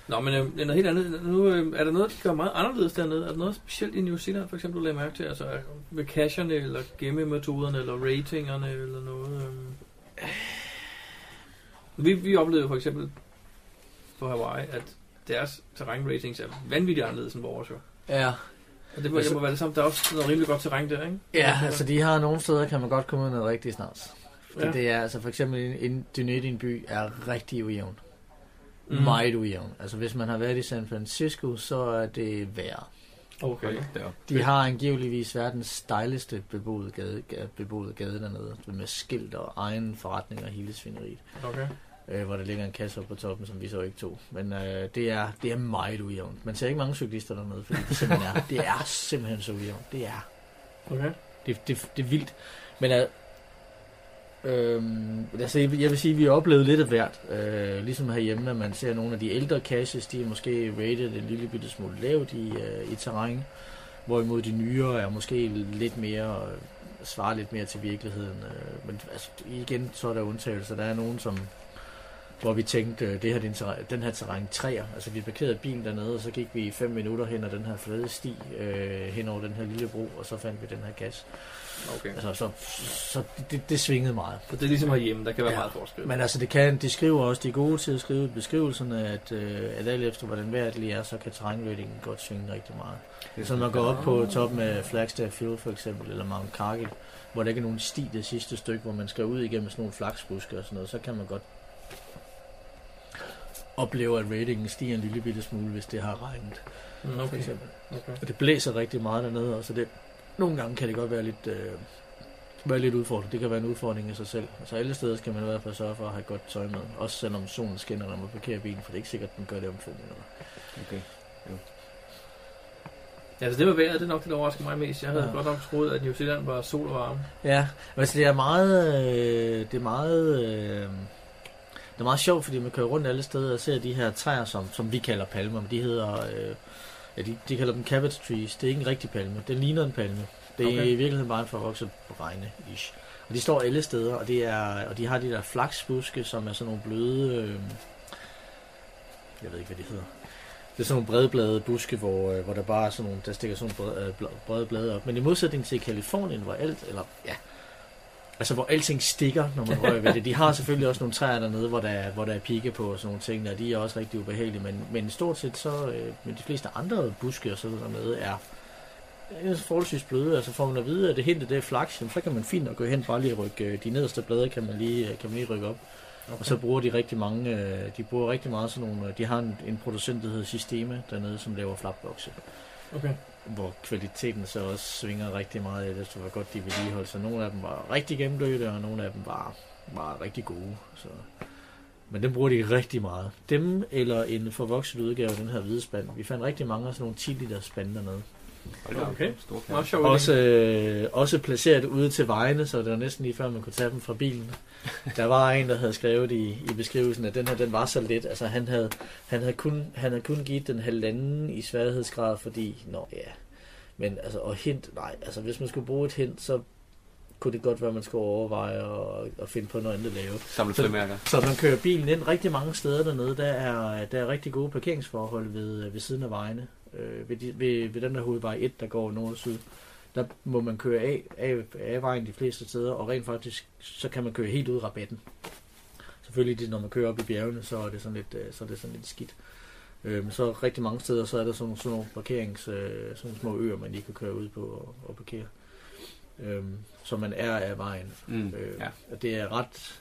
B: Nå, men øh, noget helt andet. Nu øh, er der noget, de gør meget anderledes dernede. Er der noget specielt i New Zealand, for eksempel, du lagde mærke til? Altså øh, med casherne, eller gemmemetoderne, eller ratingerne, eller noget? Øh. Vi, vi oplevede jo for eksempel på Hawaii, at deres terrænratings er vanvittigt anderledes end vores jo.
I: Ja. Altså-
B: Og det må, jeg må være det samme. Der er også noget rimelig godt terræn der, ikke?
I: Ja, altså de har nogle steder, kan man godt komme ud med noget rigtig snart. Fordi
B: Ja.
I: ja. det er, altså for eksempel en- en Dunedin by er rigtig ujævn.
B: Mm.
I: Mm. Meget ujævn. Altså hvis man har været i San Francisco, så er det værre.
B: Okay.
I: De har angiveligvis verdens stejleste beboede gade, ga- beboede gade dernede, med skilt og egen forretning og hele svineriet.
B: Okay.
I: Øh, hvor der ligger en kasse oppe på toppen, som vi så ikke tog. Men øh, det, er, det er meget ujævnt. Man ser ikke mange cyklister dernede, fordi det simpelthen er, det er simpelthen så ujævnt. Det er.
B: Okay.
I: Det, det, det er vildt. Men øh, Øhm, altså, jeg vil jeg vil sige, at vi har oplevet lidt af hvert. Øh, ligesom herhjemme, at man ser nogle af de ældre caches, de er måske rated en lille bitte smule lavt i, øh, i terræn. Hvorimod de nyere er måske lidt mere, øh, svarer lidt mere til virkeligheden. Øh, men altså, igen, så er der undtagelser. Der er nogen, som hvor vi tænkte, øh, det her, det er en terræn, den her terræn træer. Altså vi parkerede bilen dernede, og så gik vi i fem minutter hen ad den her flade sti, øh, hen over den her lille bro, og så fandt vi den her gas.
B: Okay.
I: Altså, så, så det, det svingede meget.
B: Så det er ligesom herhjemme, der kan være meget forskel.
I: Men altså, det kan, de skriver også, de er gode til at skrive i beskrivelserne, at, øh, at alt efter hvordan vejret lige er, så kan terrænratingen godt svinge rigtig meget. Så når man går op på toppen af Flagstaff Hill for eksempel, eller Mount Cargill, hvor der ikke er nogen sti det sidste stykke, hvor man skal ud igennem sådan nogle flaksbuske og sådan noget, så kan man godt opleve, at ratingen stiger en lille bitte smule, hvis det har regnet.
B: Mm, okay.
I: For eksempel.
B: Okay.
I: Og det blæser rigtig meget dernede også, så det, nogle gange kan det godt være lidt, øh, være lidt udfordrende. Det kan være en udfordring i sig selv. Altså alle steder skal man i hvert fald sørge for at have godt tøj med. Også selvom solen skinner, når man parkerer bilen, for det er ikke sikkert, at den gør det om fem minutter.
L: Okay.
B: Ja, altså det var vejret, det er nok det, der overraskede mig mest. Jeg havde ja.
I: Ja.
B: godt nok troet, at New Zealand var sol og varme.
I: Ja, altså det er meget, øh, det er meget, øh, det er meget sjovt, fordi man kører rundt alle steder og ser de her træer, som, som vi kalder palmer, men de hedder, øh, ja, de, de kalder dem cabbage trees. Det er ikke en rigtig palme, den ligner en palme. Det er
B: Okay.
I: okay. i virkeligheden bare en forvokset regne ish. Og de står alle steder, og, det er, og de har de der flaksbuske, som er sådan nogle bløde, øh, jeg ved ikke, hvad de hedder. Det er sådan nogle bredbladede buske, hvor, øh, hvor der bare er sådan nogle, der stikker sådan nogle brede, øh, bla- brede blade op. Men i modsætning til Kalifornien, hvor alt, eller ja, altså hvor alting stikker, når man rører ved det. De har selvfølgelig også nogle træer dernede, hvor der, er- hvor der er pigge på og sådan nogle ting, og de er også rigtig ubehagelige. Men, men stort set så, øh, men de fleste andre buske og sådan noget dernede er er forholdsvis bløde, altså får man at vide, at det hente det er flaks, jamen, så kan man fint nok gå hen bare lige rykke øh, de nederste blade, kan man lige, øh, kan man lige rykke op. Okay. Og så bruger de rigtig mange, øh, de bruger rigtig meget sådan nogle, øh, de har en, en producent, der hedder Systeme dernede, som laver flapbokse.
B: Okay.
I: Hvor kvaliteten så også svinger rigtig meget, alt efter hvor godt de vedligeholder. Så nogle af dem var rigtig gennemblødte, og nogle af dem var, var rigtig gode. Så. Men dem bruger de rigtig meget. Dem eller en forvokset udgave af den her hvide spand. Vi fandt rigtig mange af sådan nogle 10 liter spande dernede.
B: Okay. Meget sjovt.
I: Også, øh, også placeret ude til vejene, så det var næsten lige før, man kunne tage dem fra bilen. Der var en, der havde skrevet i, i beskrivelsen, at den her den var så let. Altså, han havde, han havde, kun, han havde kun givet den halvanden i sværhedsgrad, fordi... Nå, ja. Men altså, og hint, nej. Altså, hvis man skulle bruge et hint, så kunne det godt være, at man skulle overveje og, og finde på noget andet at lave.
E: Samle
I: Så-
E: frimærker.
I: Så man kører bilen ind rigtig mange steder dernede. Der er, der er rigtig gode parkeringsforhold ved, ved siden af vejene. Øh, ved, de, ved, ved den der hovedvej 1, der går nord og syd, der må man køre af, af, af vejen de fleste steder, og rent faktisk, så kan man køre helt ud i rabatten. Selvfølgelig, det, når man kører op i bjergene, så er det sådan lidt, øh, så er det sådan lidt skidt. Øh, men så rigtig mange steder, så er der sådan, sådan nogle parkerings, øh, sådan nogle små øer, man lige kan køre ud på og, og parkere. Øhm, så man er af vejen.
E: Mm,
I: øh,
E: ja.
I: Og det er ret...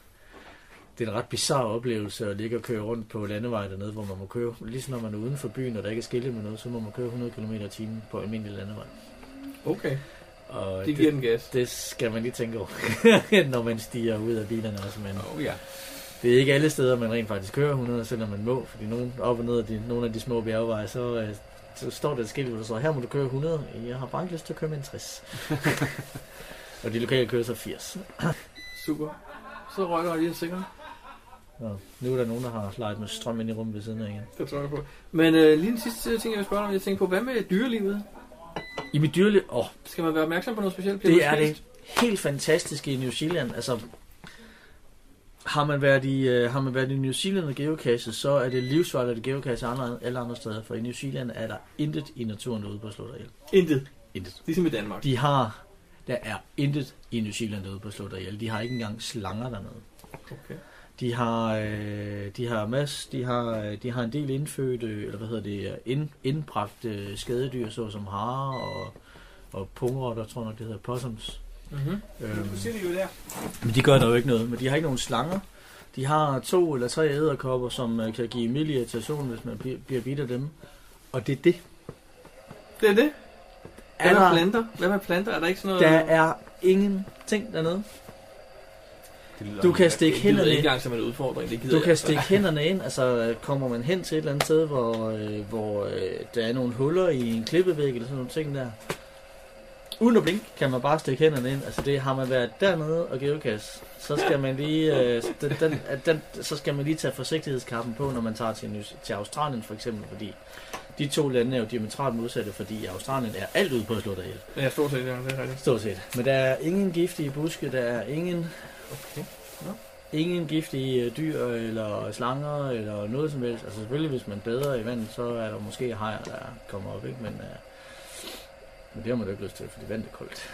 I: det er en ret bizarre oplevelse at ligge og køre rundt på landevejen dernede, hvor man må køre, lige så når man er uden for byen, og der ikke er skilte med noget, så må man køre 100 km i timen på almindelig landevej.
L: Okay.
I: Og
L: Det giver den gas.
I: Det skal man lige tænke over, <laughs> når man stiger ud af bilerne også. Men
L: oh, ja.
I: Det er ikke alle steder, man rent faktisk kører 100, selvom man må, fordi nogen op og ned af de, nogle af de små bjergeveje, så, øh, så står der et skilt, hvor der står, her må du køre 100, jeg har bare ikke lyst til at køre med en <laughs> 60. og de lokale kører så 80.
B: Super. Så røg jeg lige sikkert.
I: Nå, nu er der nogen, der har leget med strøm ind i rummet ved siden af igen.
B: Det tror jeg på. Men øh, lige den sidste ting, jeg vil spørge dig om, jeg tænker på, hvad med dyrelivet?
I: I mit dyreliv, åh,
B: Skal man være opmærksom på noget specielt?
I: det er det helt fantastiske i New Zealand. Altså, har man været i, øh, har man været i New Zealand og geocache, så er det livsvarigt at geocache andre, alle andre steder, for i New Zealand er der intet i naturen derude på at slå dig ihjel.
B: Intet.
I: Intet.
B: Ligesom i Danmark.
I: De har, der er intet i New Zealand derude på at slå dig ihjel. De har ikke engang slanger dernede.
B: Okay.
I: De har, øh, de har mas, de har, øh, de har en del indfødte, eller hvad hedder det, øh, ind, indbragte øh, skadedyr, såsom harer og, og pungrotter, tror jeg nok det hedder, possums.
B: Mm-hmm.
I: Øhm,
B: siger det jo der.
I: men de gør der jo ikke noget, men de har ikke nogen slanger. De har to eller tre æderkopper, som øh, kan give mild irritation, hvis man bliver- bliver bidt af dem. Og det er det.
B: Det er det. Hvad
I: Er
B: med
I: der-
B: planter? Hvad med planter? Er der ikke sådan noget...
I: Der er ingenting dernede.
L: Det lyder
I: Du kan
L: ikke-
I: stikke
L: det
I: hænderne-
L: lyder ikke engang som en udfordring. Det gider
I: Du kan
L: jeg.
B: <laughs>
I: stikke hænderne ind, altså øh, kommer man hen til et eller andet sted, hvor, øh, hvor øh, der er nogle huller i en klippevæg eller sådan nogle ting der. Uden at blinke kan man bare stikke hænderne ind. Altså det har man været dernede og geocache, så skal man lige, øh, den, den, at den, så skal man lige tage forsigtighedskappen på, når man tager til, Ny- til Australien for eksempel, fordi de to lande er jo diametralt modsatte, fordi Australien er alt ude på at slå dig ihjel.
B: Ja, stort set, ja, det er rigtigt.
I: Stort set. Men der er ingen giftige buske, der er ingen
B: Okay.
I: Ingen giftige øh, dyr eller slanger eller noget som helst. Altså selvfølgelig, hvis man bader i vandet, så er der måske hajer, der kommer op, ikke? Men, øh, men det har man jo ikke lyst til, fordi vandet er koldt.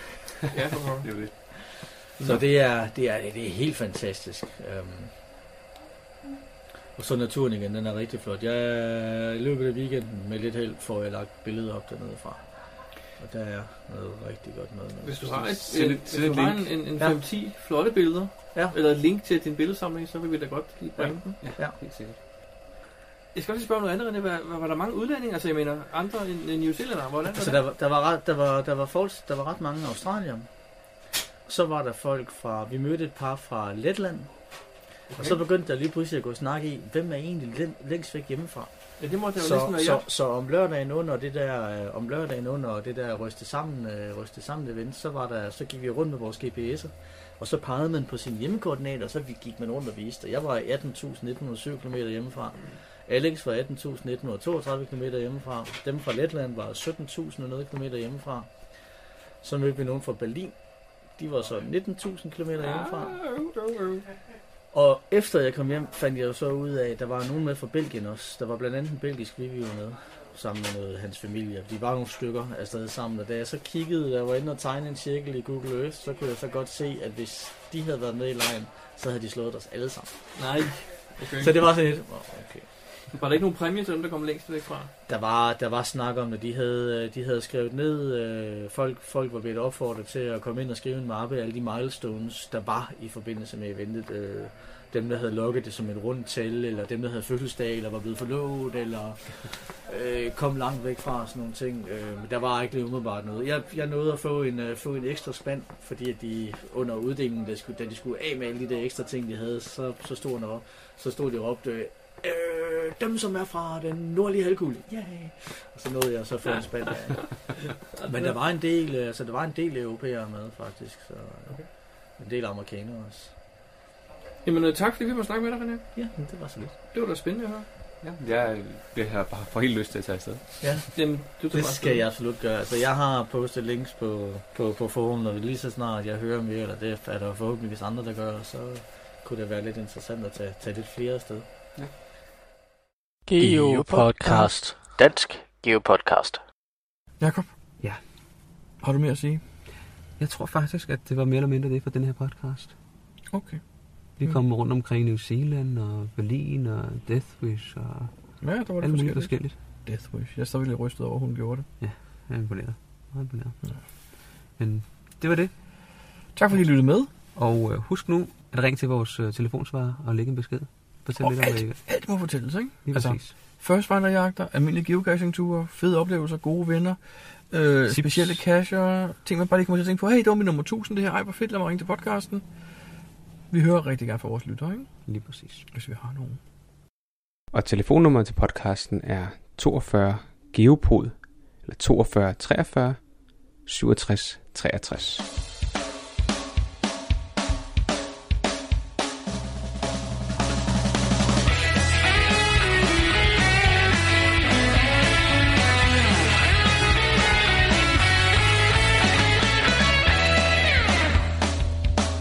B: Ja, for pokker.
E: Det er jo det.
I: Så det er, det er, det er helt fantastisk. Øhm. Og så naturen igen, den er rigtig flot. Jeg i løbet af weekenden med lidt held får jeg lagt billeder op dernede fra. Og der er noget rigtig godt noget.
B: Hvis du har, et,
E: Send
B: et,
E: et-
B: hvis
E: send
B: du
E: et
B: har
E: link.
B: en, en, en
I: Ja.
B: 5-10 flotte billeder,
I: Ja.
B: eller et link til din billedsamling, så vil vi da godt lige bringe den.
I: Ja.
E: Helt sikkert.
B: Jeg skal også lige spørge om noget andet, René. Var, var, var der mange udlændinge? Altså, jeg mener, andre end, end New Zealandere? Hvordan var
I: Altså,
B: det?
I: der var, der, var ret, der, var, der, var folk, der var ret mange australier. Så var der folk fra... Vi mødte et par fra Letland. Okay. Og så begyndte der lige pludselig at gå snak i, hvem er egentlig læn, længst væk hjemmefra.
B: Ja, det måtte jo
I: Så,
B: næsten være
I: så,
B: jeg.
I: så, om lørdagen under det der, øh, om lørdagen under det der ryste sammen, øh, ryste sammen event, så, var der, så gik vi rundt med vores GPS'er. Og så pegede man på sine hjemmekoordinater, og så vi- gik man rundt og viste. Og Jeg var 18.107 km hjemmefra. Alex var 18.132 km hjemmefra. Dem fra Letland var 17.000 og noget km hjemmefra. Så mødte vi nogen fra Berlin. De var så 19.000 km hjemmefra. Og efter jeg kom hjem, fandt jeg jo så ud af, at der var nogen med fra Belgien også. Der var blandt andet en belgisk review med, sammen med noget, hans familie. De var nogle stykker afsted sammen, og da jeg så kiggede, jeg var inde og tegne en cirkel i Google Earth, så kunne jeg så godt se, at hvis de havde været med i lejen, så havde de slået os alle sammen.
B: Nej. Okay.
I: Så det var sådan lidt, "Nå, okay.
B: Var der ikke nogen præmie til dem, der kom længst væk fra?
I: Der var, der var snak om det. De havde, øh, de havde skrevet ned, øh, folk, folk var blevet opfordret til at komme ind og skrive en mappe af alle de milestones, der var i forbindelse med eventet. Øh, dem, der havde lukket det som en rund tal, eller dem, der havde fødselsdag, eller var blevet forlovet, eller øh, kom langt væk fra og sådan nogle ting. Øh, men der var ikke lige umiddelbart noget. Jeg, jeg nåede at få en, øh, få en ekstra spand, fordi at de under uddelingen, der skulle, da de skulle af med alle de der ekstra ting, de havde, så, så stod der op, så stod de og råbte, øh, dem som er fra den nordlige halvkugle. Yay! Og så nåede jeg så at få en spand af. Men der var en del, øh, altså der var en del europæere med faktisk, så øh, en del amerikanere også.
B: Jamen, øh, tak fordi vi må snakke med dig, René.
I: Ja, men det var så lidt.
B: Det var da spændende at høre.
E: Ja, jeg bliver her bare for helt lyst til at tage afsted.
B: Jamen, du tog
I: Det
B: bare
I: skal
B: afsted.
I: jeg absolut gøre. Altså, jeg har postet links på, på, på forum, og lige så snart jeg hører mere, eller det er der forhåbentligvis andre, der gør, så kunne det være lidt interessant at tage, tage lidt flere sted.
C: Geopodcast. Dansk Geopodcast.
B: Jakob?
A: Ja.
B: Har du mere at sige?
A: Jeg tror faktisk, at det var mere eller mindre det for den her podcast.
B: Okay.
A: Vi
B: Mm.
A: kom rundt omkring New Zealand og Berlin og Death Wish og
B: Ja, der var det
A: alt muligt
B: forskelligt.
A: forskelligt.
B: Death Wish. Jeg stadig lidt rystet over, at hun gjorde det.
A: Jeg er imponeret. Meget imponeret. Men det var det.
B: Tak fordi I lyttede med.
A: Og øh, husk nu, at ringe til vores øh, telefonsvarer og lægge en besked. Fortæl
B: Og
A: lidt om det.
B: alt, alt må fortælles, ikke?
A: Lige præcis.
B: Førstvanderjagter, almindelige geocaching-ture, fede oplevelser, gode venner, øh,
A: Tips.
B: specielle cacher, ting man bare lige kommer til at tænke på, hey, det var min nummer 1000, det her, ej, hvor fedt, lad mig ringe til podcasten. Vi hører rigtig gerne fra vores lyttere, ikke?
A: Lige præcis.
B: Hvis vi har nogen.
I: Og telefonnummeret til podcasten er 42 Geopod, eller 42 43 67 63.